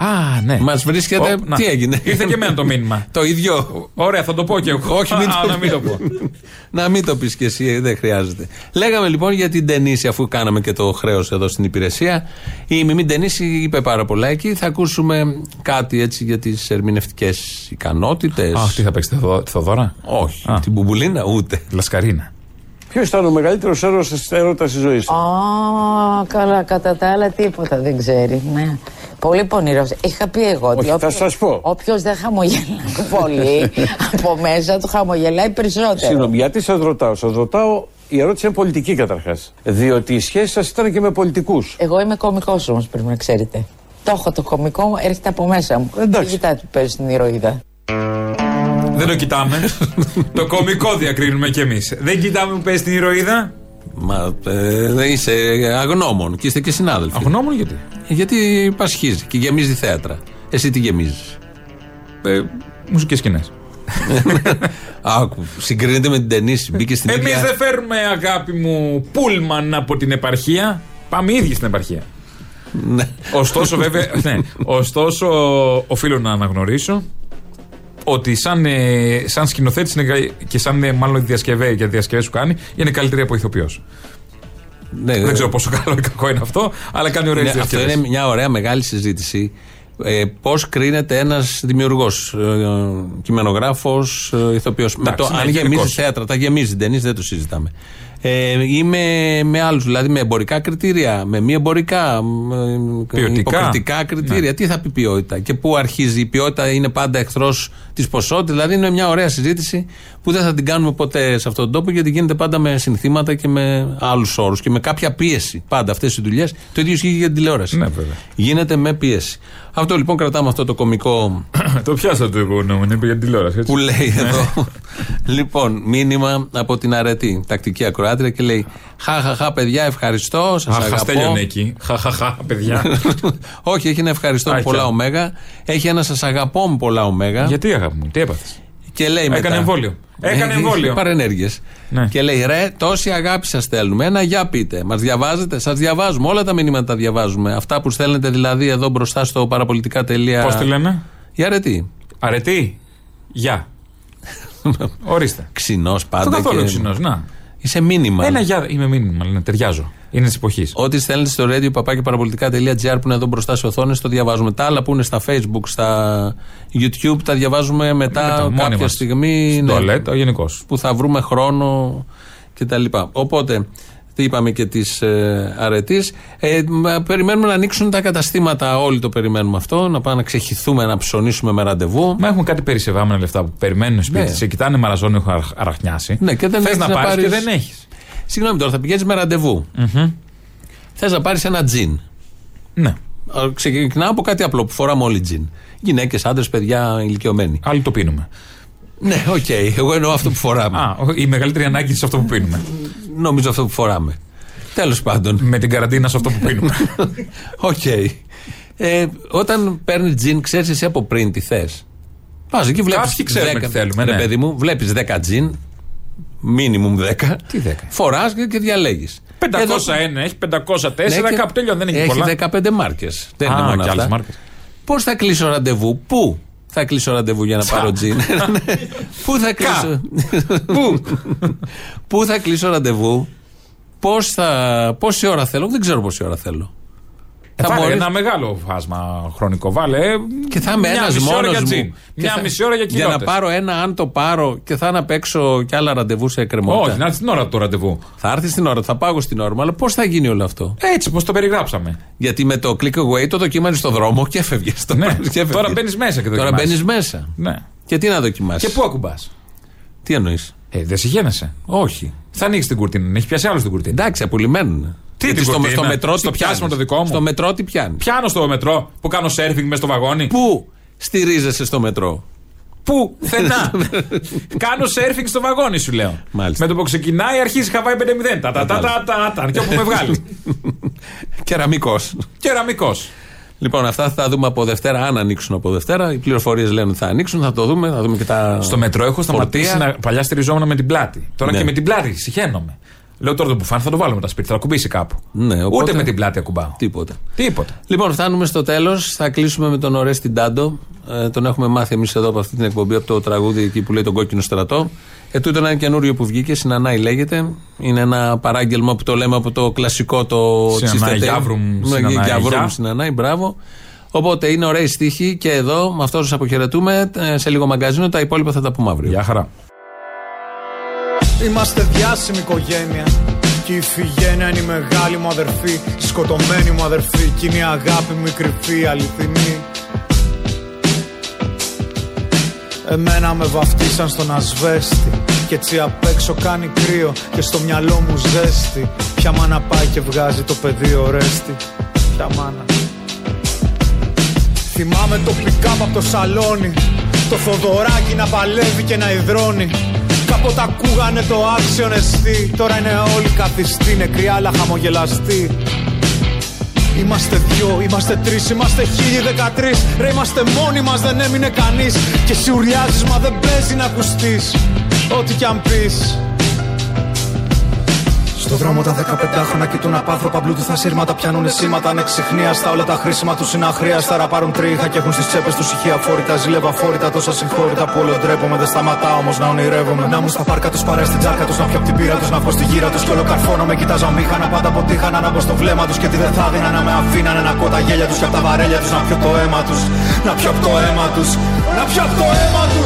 [SPEAKER 5] Α, ναι.
[SPEAKER 3] Μας βρίσκεται.
[SPEAKER 5] Ω, να.
[SPEAKER 3] Τι έγινε.
[SPEAKER 5] Ήρθε και εμένα το μήνυμα.
[SPEAKER 3] το ίδιο.
[SPEAKER 5] Ωραία, θα το πω και εγώ.
[SPEAKER 3] Όχι, μην
[SPEAKER 5] Α,
[SPEAKER 3] το,
[SPEAKER 5] να μην το πω.
[SPEAKER 3] να μην το πεις κι εσύ, δεν χρειάζεται. Λέγαμε λοιπόν για την Τενίση, αφού κάναμε και το χρέος εδώ στην υπηρεσία. Η Μιμή Τενίση είπε πάρα πολλά εκεί. Θα ακούσουμε κάτι έτσι για τις ερμηνευτικές ικανότητες.
[SPEAKER 5] Αχ, τι θα παίξει τη Θοδόρα.
[SPEAKER 3] Όχι, την Μπουμπουλίνα ούτε.
[SPEAKER 5] Λασκαρίνα.
[SPEAKER 17] Ποιος ήταν ο μεγαλύτερος έρωτας της ζωή σου.
[SPEAKER 18] Α, καλά, κατά τα άλλα τίποτα δεν ξέρει. Ναι. Πολύ πονηρός. Είχα πει εγώ ότι.
[SPEAKER 17] θα σας πω.
[SPEAKER 18] Όποιος δεν χαμογελάει πολύ από μέσα του χαμογελάει περισσότερο.
[SPEAKER 17] Συγγνώμη, γιατί σας ρωτάω. Σας ρωτάω, η ερώτηση είναι πολιτική καταρχάς. Διότι η σχέση σας ήταν και με πολιτικούς.
[SPEAKER 18] Εγώ είμαι κωμικό όμως, πρέπει να ξέρετε. Το έχω το κωμικό μου, έρχεται από μέσα μου. Εντάξει. Δεν κοιτάτε που παίζει την ηρωίδα.
[SPEAKER 5] Δεν το κοιτάμε. το κωμικό διακρίνουμε κι εμείς. Δεν κοιτάμε που παίζει την ηρωίδα.
[SPEAKER 3] Μα ε, δεν είσαι αγνώμων και είστε και συνάδελφοι. Ε,
[SPEAKER 5] Αγνώμων γιατί.
[SPEAKER 3] Γιατί πασχίζει και γεμίζει θέατρα. Εσύ τι γεμίζεις.
[SPEAKER 5] Ε, Μουσικές σκηνές.
[SPEAKER 3] Άκου, συγκρίνεται με την ταινίση. Μπήκε στην
[SPEAKER 5] Εμείς
[SPEAKER 3] ίδια.
[SPEAKER 5] δεν φέρνουμε, αγάπη μου, πούλμαν από την επαρχία. Πάμε οι ίδιοι στην επαρχία.
[SPEAKER 3] Ναι.
[SPEAKER 5] Ωστόσο, βέβαια, ναι. Ωστόσο, οφείλω να αναγνωρίσω ότι σαν, ε, σαν σκηνοθέτης και σαν ε, μάλλον διασκευέ, για διασκευές που κάνει, είναι καλύτερη από ηθοποιός.
[SPEAKER 3] Ναι,
[SPEAKER 5] δεν ξέρω πόσο καλό ή κακό είναι αυτό, αλλά κάνει ωραίες
[SPEAKER 3] Είναι- Ε. Ναι, αυτό
[SPEAKER 5] διασκευές.
[SPEAKER 3] είναι μια ωραία μεγάλη συζήτηση. Ε, Πώς κρίνεται ένας δημιουργός, ε, κειμενογράφος, ε, ηθοποιός. Με το
[SPEAKER 5] Εντάξει, ναι,
[SPEAKER 3] αν γεμίζει
[SPEAKER 5] γενικός.
[SPEAKER 3] θέατρα, τα γεμίζει ταινίε, δεν το συζητάμε. Ε, ή με, με άλλους, δηλαδή με εμπορικά κριτήρια, με μη εμπορικά, μ, ε,
[SPEAKER 5] Ποιοτικά.
[SPEAKER 3] υποκριτικά
[SPEAKER 5] Ναι.
[SPEAKER 3] κριτήρια. Τι θα πει ποιότητα και πού αρχίζει η ποιότητα, είναι πάντα εχθρός της ποσότητας. Δηλαδή είναι μια ωραία συζήτηση που δεν θα την κάνουμε ποτέ σε αυτόν τον τόπο γιατί γίνεται πάντα με συνθήματα και με άλλους όρους και με κάποια πίεση. Πάντα αυτές οι δουλειές. Το ίδιο ισχύει για την τηλεόραση.
[SPEAKER 5] Ναι, βέβαια.
[SPEAKER 3] Γίνεται με πίεση. Αυτό λοιπόν κρατάμε αυτό το κωμικό
[SPEAKER 5] το πιάσα το υπονοούμενο, είπε για την τηλεόραση.
[SPEAKER 3] που λέει
[SPEAKER 5] Ναι.
[SPEAKER 3] εδώ. λοιπόν, μήνυμα από την αρετή, τακτική ακροάτρια και λέει: Χαχαχά, παιδιά, ευχαριστώ. Σας
[SPEAKER 5] Αχ,
[SPEAKER 3] αγαπώ.
[SPEAKER 5] χαστέλειωνε εκεί. Χαχαχά, παιδιά.
[SPEAKER 3] Όχι, έχει ένα ευχαριστώ με
[SPEAKER 5] Α,
[SPEAKER 3] πολλά
[SPEAKER 5] και-
[SPEAKER 3] ωμέγα. Έχει ένα σας αγαπώ με πολλά ωμέγα.
[SPEAKER 5] Γιατί αγάπη μου, τι έπαθες.
[SPEAKER 3] Και λέει μετά.
[SPEAKER 5] Έκανε εμβόλιο. Έκανε εμβόλιο. Ναι.
[SPEAKER 3] Παρενέργειε. Και λέει: Ρε, τόση αγάπη σας στέλνουμε. Ένα για πείτε. Μας διαβάζετε. Σας διαβάζουμε. Όλα τα μηνύματα τα διαβάζουμε. Αυτά που στέλνετε δηλαδή εδώ μπροστά στο παραπολιτικά.
[SPEAKER 5] Πώ Ε, τη λέμε,
[SPEAKER 3] Η αρετή.
[SPEAKER 5] Αρετή. Γεια. Ορίστε.
[SPEAKER 3] Ξινός πάντα.
[SPEAKER 5] Αυτό καθόλου
[SPEAKER 3] και-
[SPEAKER 5] ξινός, να.
[SPEAKER 3] Είσαι μήνυμα.
[SPEAKER 5] Ένα γεια, είμαι μήνυμα, λένε, ταιριάζω. Είναι της εποχής.
[SPEAKER 3] Ό,τι στέλνετε στο radio παπάκιπαραπολιτικά.gr που είναι εδώ μπροστά στι οθόνες, το διαβάζουμε. Τα άλλα που είναι στα facebook, στα youtube, τα διαβάζουμε μετά,
[SPEAKER 5] Μετά, μόνοι
[SPEAKER 3] κάποια
[SPEAKER 5] μας.
[SPEAKER 3] στιγμή.
[SPEAKER 5] Στην
[SPEAKER 3] ναι,
[SPEAKER 5] τουαλέτα, γενικώς.
[SPEAKER 3] Που θα βρούμε χρόνο κτλ. Οπότε, τι είπαμε και της ε, αρετής. Ε, μα, περιμένουμε να ανοίξουν τα καταστήματα. Όλοι το περιμένουμε αυτό. Να πάμε να ξεχυθούμε, να ψωνίσουμε με ραντεβού.
[SPEAKER 5] Μα έχουμε κάτι περισσευάμενα λεφτά που περιμένουν σπίτι,
[SPEAKER 3] Ναι.
[SPEAKER 5] σε κοιτάνε μαραζόνι, έχουν αραχ- αραχνιάσει.
[SPEAKER 3] Ναι, και δεν
[SPEAKER 5] Θες
[SPEAKER 3] έχεις
[SPEAKER 5] να,
[SPEAKER 3] να
[SPEAKER 5] πάρεις και
[SPEAKER 3] πάρεις.
[SPEAKER 5] δεν έχεις.
[SPEAKER 3] Συγγνώμη τώρα, θα πηγαίνεις με ραντεβού. Θες να πάρεις ένα τζιν.
[SPEAKER 5] Ναι.
[SPEAKER 3] Ξεκινάω από κάτι απλό που φοράμε όλοι τζιν. Γυναίκες, άντρες, παιδιά, ηλικιωμένοι.
[SPEAKER 5] Άλλοι το πίνουμε.
[SPEAKER 3] Ναι, οκ. Εγώ εννοώ αυτό που φοράμε.
[SPEAKER 5] Α, ο- η μεγαλύτερη ανάγκη σε αυτό που πίνουμε.
[SPEAKER 3] Νομίζω αυτό που φοράμε. Τέλος πάντων.
[SPEAKER 5] Με την καραντίνα σε αυτό που
[SPEAKER 3] Ε,
[SPEAKER 5] πίνουμε.
[SPEAKER 3] Οκ. Ε, όταν παίρνεις τζιν, ξέρεις εσύ από πριν τι θες. Πας εκεί, βλέπεις.
[SPEAKER 5] Κάποιοι ξέρουμε τι θέλουμε, ναι.
[SPEAKER 3] παιδί μου, βλέπεις 10 τζιν. Μίνιμουμ 10. Τι 10. Φοράς και, και διαλέγεις.
[SPEAKER 5] 501, έχει 504,
[SPEAKER 3] Ναι, και-
[SPEAKER 5] κάπου τελειώνει, δεν έχει
[SPEAKER 3] έχει
[SPEAKER 5] πολλά.
[SPEAKER 3] 15 μάρκες. Δεν
[SPEAKER 5] Α,
[SPEAKER 3] είναι μόνο
[SPEAKER 5] και άλλες
[SPEAKER 3] αυτά.
[SPEAKER 5] μάρκες.
[SPEAKER 3] Πώς θα κλείσω ραντεβού, πού θα κλείσω ραντεβού για να πάρω τζιν. πού θα κλείσω. πού. πού θα κλείσω ραντεβού, πώς θα... πόση ώρα θέλω, δεν ξέρω πόση ώρα θέλω.
[SPEAKER 5] Ε,
[SPEAKER 3] θα
[SPEAKER 5] βάλε
[SPEAKER 3] μπορείς-
[SPEAKER 5] ένα μεγάλο φάσμα χρονικό. Βάλε.
[SPEAKER 3] Και θα είμαι
[SPEAKER 5] μια
[SPEAKER 3] ένας
[SPEAKER 5] μισή ώρα
[SPEAKER 3] μόνος
[SPEAKER 5] για τζιν,
[SPEAKER 3] μου.
[SPEAKER 5] Μια
[SPEAKER 3] Και θα-
[SPEAKER 5] μισή ώρα για
[SPEAKER 3] Για να
[SPEAKER 5] κοιλώτες.
[SPEAKER 3] πάρω ένα, αν το πάρω και θα είναι απ' έξω κι άλλα ραντεβού σε εκκρεμότητα.
[SPEAKER 5] Όχι, να έρθει την ώρα του ραντεβού.
[SPEAKER 3] Θα έρθεις στην ώρα, θα πάγω στην ώρα μου, αλλά πώς θα γίνει όλο αυτό.
[SPEAKER 5] Έτσι, πώς το περιγράψαμε.
[SPEAKER 3] Γιατί με το click away το δοκίμαζε στο δρόμο και έφευγες.
[SPEAKER 5] Ναι, τώρα μπαίνεις μέσα και
[SPEAKER 3] Τώρα
[SPEAKER 5] δοκιμάζεις.
[SPEAKER 3] μπαίνεις μέσα.
[SPEAKER 5] Ναι.
[SPEAKER 3] Και τι να δοκιμάσεις.
[SPEAKER 5] Και πού ακουμπάς.
[SPEAKER 3] Τι εννοείς.
[SPEAKER 5] Ε, δεν συγχαίνεσαι.
[SPEAKER 3] Όχι.
[SPEAKER 5] Θα ανοίξεις την κουρτίνα, έχει πιάσει άλλο την κουρτίνα.
[SPEAKER 3] Εντάξει, απολυμμένουν.
[SPEAKER 5] Τι
[SPEAKER 3] Γιατί
[SPEAKER 5] την
[SPEAKER 3] στο,
[SPEAKER 5] κουρτίνα,
[SPEAKER 3] στο μετρό
[SPEAKER 5] στο
[SPEAKER 3] τι
[SPEAKER 5] πιάσιμο
[SPEAKER 3] πιάνεις.
[SPEAKER 5] το δικό μου.
[SPEAKER 3] Στο μετρό τι πιάνεις.
[SPEAKER 5] Πιάνω στο μετρό που κάνω σερφινγκ μες στο βαγόνι.
[SPEAKER 3] Πού στηρίζεσαι στο μετρό.
[SPEAKER 5] Πουθενά. Κάνω σερφινγκ στο βαγόνι, σου λέω.
[SPEAKER 3] Μάλιστα.
[SPEAKER 5] Με το που ξεκινάει, αρχίζει χαβάει 5-0. Τα τα τα τα τα τα. Και όπου με βγάλει.
[SPEAKER 3] Κεραμικός.
[SPEAKER 5] Κεραμικός.
[SPEAKER 3] Λοιπόν, αυτά θα δούμε από Δευτέρα, αν ανοίξουν από Δευτέρα. Οι πληροφορίες λένε ότι θα ανοίξουν, θα το δούμε, θα δούμε και τα.
[SPEAKER 5] Στο μετρό έχω σταματήσει να. Παλιά στηριζόμουν με την πλάτη. Τώρα
[SPEAKER 3] Ναι.
[SPEAKER 5] και με την πλάτη συχαίνομαι. Λέω τώρα το μπουφάν θα το βάλω με τα σπίτια, θα το κουμπίσει κάπου.
[SPEAKER 3] Ναι,
[SPEAKER 5] Ούτε με την πλάτη ακουμπάω.
[SPEAKER 3] Τίποτα.
[SPEAKER 5] Τίποτα.
[SPEAKER 3] Λοιπόν, φτάνουμε στο τέλος. Θα κλείσουμε με τον Ορέστη Ντάντο. Ε, τον έχουμε μάθει εμείς εδώ από αυτή την εκπομπή, από το τραγούδι εκεί που λέει Τον Κόκκινο Στρατό. Ε, τούτο είναι ένα καινούριο που βγήκε, Συνανάη λέγεται. Είναι ένα παράγγελμα που το λέμε από το κλασικό το
[SPEAKER 5] Συνανάη,
[SPEAKER 3] τσιστετέ.
[SPEAKER 5] Γιάβρουμ,
[SPEAKER 3] Ναι,
[SPEAKER 5] Συνανάη,
[SPEAKER 3] Γιάβρουμ,
[SPEAKER 5] Γιά.
[SPEAKER 3] Συνανάη, μπράβο. Οπότε είναι ωραίοι στοίχοι και εδώ με αυτό σας αποχαιρετούμε. Ε, Σε λίγο μαγκαζίνο, τα υπόλοιπα θα τα πούμε αύριο. Γεια
[SPEAKER 5] χαρά.
[SPEAKER 19] Είμαστε διάσημη οικογένεια και η Ιφηγένεια είναι η μεγάλη μου αδερφή Η σκοτωμένη μου αδερφή και είναι η αγάπη μου η κρυφή η αληθινή Εμένα με βαφτίσαν στον ασβέστη Κι έτσι απ' έξω κάνει κρύο και στο μυαλό μου ζέστη Ποια μάνα πάει και βγάζει το παιδί ορέστη Ποια μάνα Θυμάμαι το πικάπ από το σαλόνι Το Θοδωράκι να παλεύει και να υδρώνει Κάποτε ακούγανε το άξιον εστί Τώρα είναι όλοι καθιστοί, νεκροί αλλά χαμογελαστοί Είμαστε δυο, είμαστε τρεις, είμαστε χίλιοι δεκατρεις Ρε είμαστε μόνοι μας, δεν έμεινε κανείς Και εσύ ουρλιάζεις μα δεν παίζει να ακουστείς Ό,τι κι αν πεις στο δρόμο τα 15χρονα κοιτούν απάνθρωπα πλούτου. σύρματα πιάνουν σήματα ανεξιχνίαστα. Όλα τα χρήσιμα τους είναι αχρίαστα. Ραπάρουν τρίχα και έχουν στις τσέπες τους ηχεία φόρητα. Ζηλεύω αφόρητα, τόσα συγχώρητα που όλο ντρέπομαι. Δεν σταματάω όμως να ονειρεύομαι. Να μου στα πάρκα τους παρέ στην τσάρκα τους, να πιω απ' την πύρα τους, να βγω στη γύρα τους. Κι όλο καρφώνω με κοιτάζω αμήχανα. Πάντα αποτύχανα να μπω στο βλέμμα τους και τι δεν θα δίνα να με αφήνανε να κότα γέλια τους και απ' τα βαρέλια τους να πιω το αίμα τους. Να πιω απ' το αίμα τους. Να πιω απ' το αίμα τους.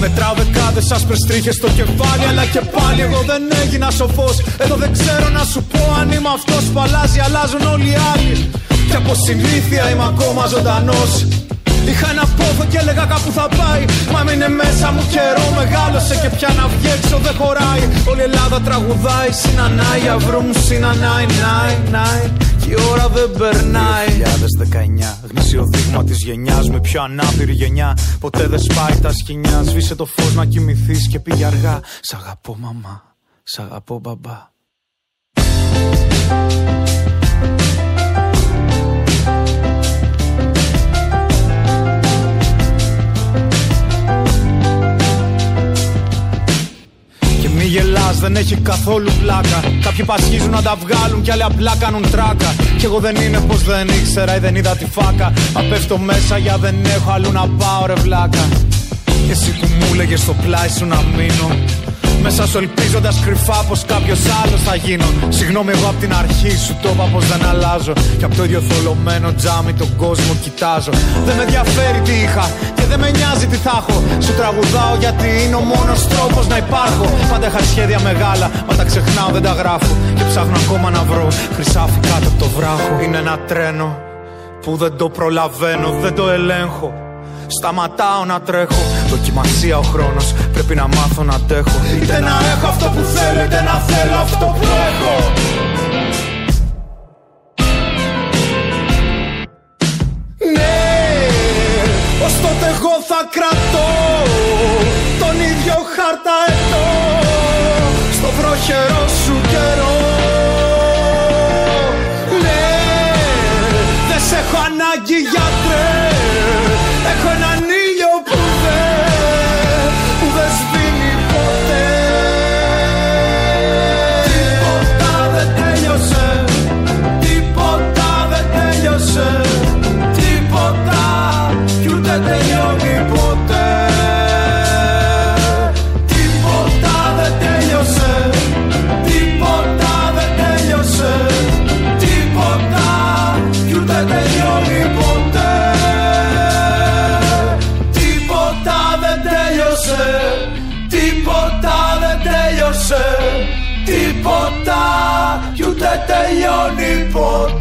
[SPEAKER 19] Μετράω δεκάδες άσπρες τρίχες στο κεφάλι Αλλά και πάλι εγώ δεν έγινα σοφός Εδώ δεν ξέρω να σου πω αν είμαι αυτός που αλλάζει Αλλάζουν όλοι οι άλλοι Και από συνήθεια είμαι ακόμα ζωντανός Είχα ένα πόθο και έλεγα κάπου θα πάει Μα έμεινε μέσα μου καιρό μεγάλωσε Και πια να βγει έξω δεν χωράει Όλη η Ελλάδα τραγουδάει Συνανάει αυρού μου συνανάει νάει νάει Και η ώρα δεν περνάει 2019 Γνήσιο δείγμα της γενιάς Με πιο ανάπηρη γενιά Ποτέ δεν σπάει τα σκηνιά Σβήσε το φως να κοιμηθείς και πήγε αργά Σ' αγαπώ μαμά Σ' αγαπώ μπαμπά Και μη γελάς δεν έχει καθόλου πλάκα Κάποιοι πασχίζουν να τα βγάλουν κι άλλοι απλά κάνουν τράκα Κι εγώ δεν είναι πως δεν ήξερα ή δεν είδα τη φάκα Μα πέφτω μέσα για δεν έχω αλλού να πάω ρε βλάκα Και εσύ που μου λέγες στο πλάι σου να μείνω μέσα σου ελπίζοντας κρυφά πως κάποιος άλλος θα γίνω. Συγγνώμη, εγώ από την αρχή σου το είπα πως δεν αλλάζω. Και από το ίδιο θολωμένο τζάμι τον κόσμο κοιτάζω. Δεν με ενδιαφέρει τι είχα και δεν με νοιάζει τι θα έχω. Σου τραγουδάω γιατί είναι ο μόνος τρόπος να υπάρχω. Πάντα είχα σχέδια μεγάλα, μα τα ξεχνάω, δεν τα γράφω. Και ψάχνω ακόμα να βρω χρυσάφι κάτω από το βράχο. Είναι ένα τρένο που δεν το προλαβαίνω, δεν το ελέγχω. Σταματάω να τρέχω. Δοκιμασία ο χρόνος, πρέπει να μάθω να αντέχω. Είτε να έχω αυτό που θέλω, είτε να θέλω αυτό που έχω. Ναι, ως τότε εγώ θα κρατώ τον ίδιο χαρταετό στο βροχερό σου καιρό. Ναι, δεν σε έχω ανάγκη γιατρέ, έχω έναν ήλιο που δεν, που δεν σβήνει ποτέ. Τίποτα δεν τέλειωσε, τίποτα δεν τέλειωσε, τίποτα κι ούτε τελειώνει ποτέ. Τίποτα δεν τέλειωσε, τίποτα δεν τέλειωσε, τίποτα κι ούτε τελειώνει ποτέ. Τίποτα δεν τέλειωσε, τίποτα δεν τέλειωσε, τίποτα κι ούτε τελειώνει ποτέ.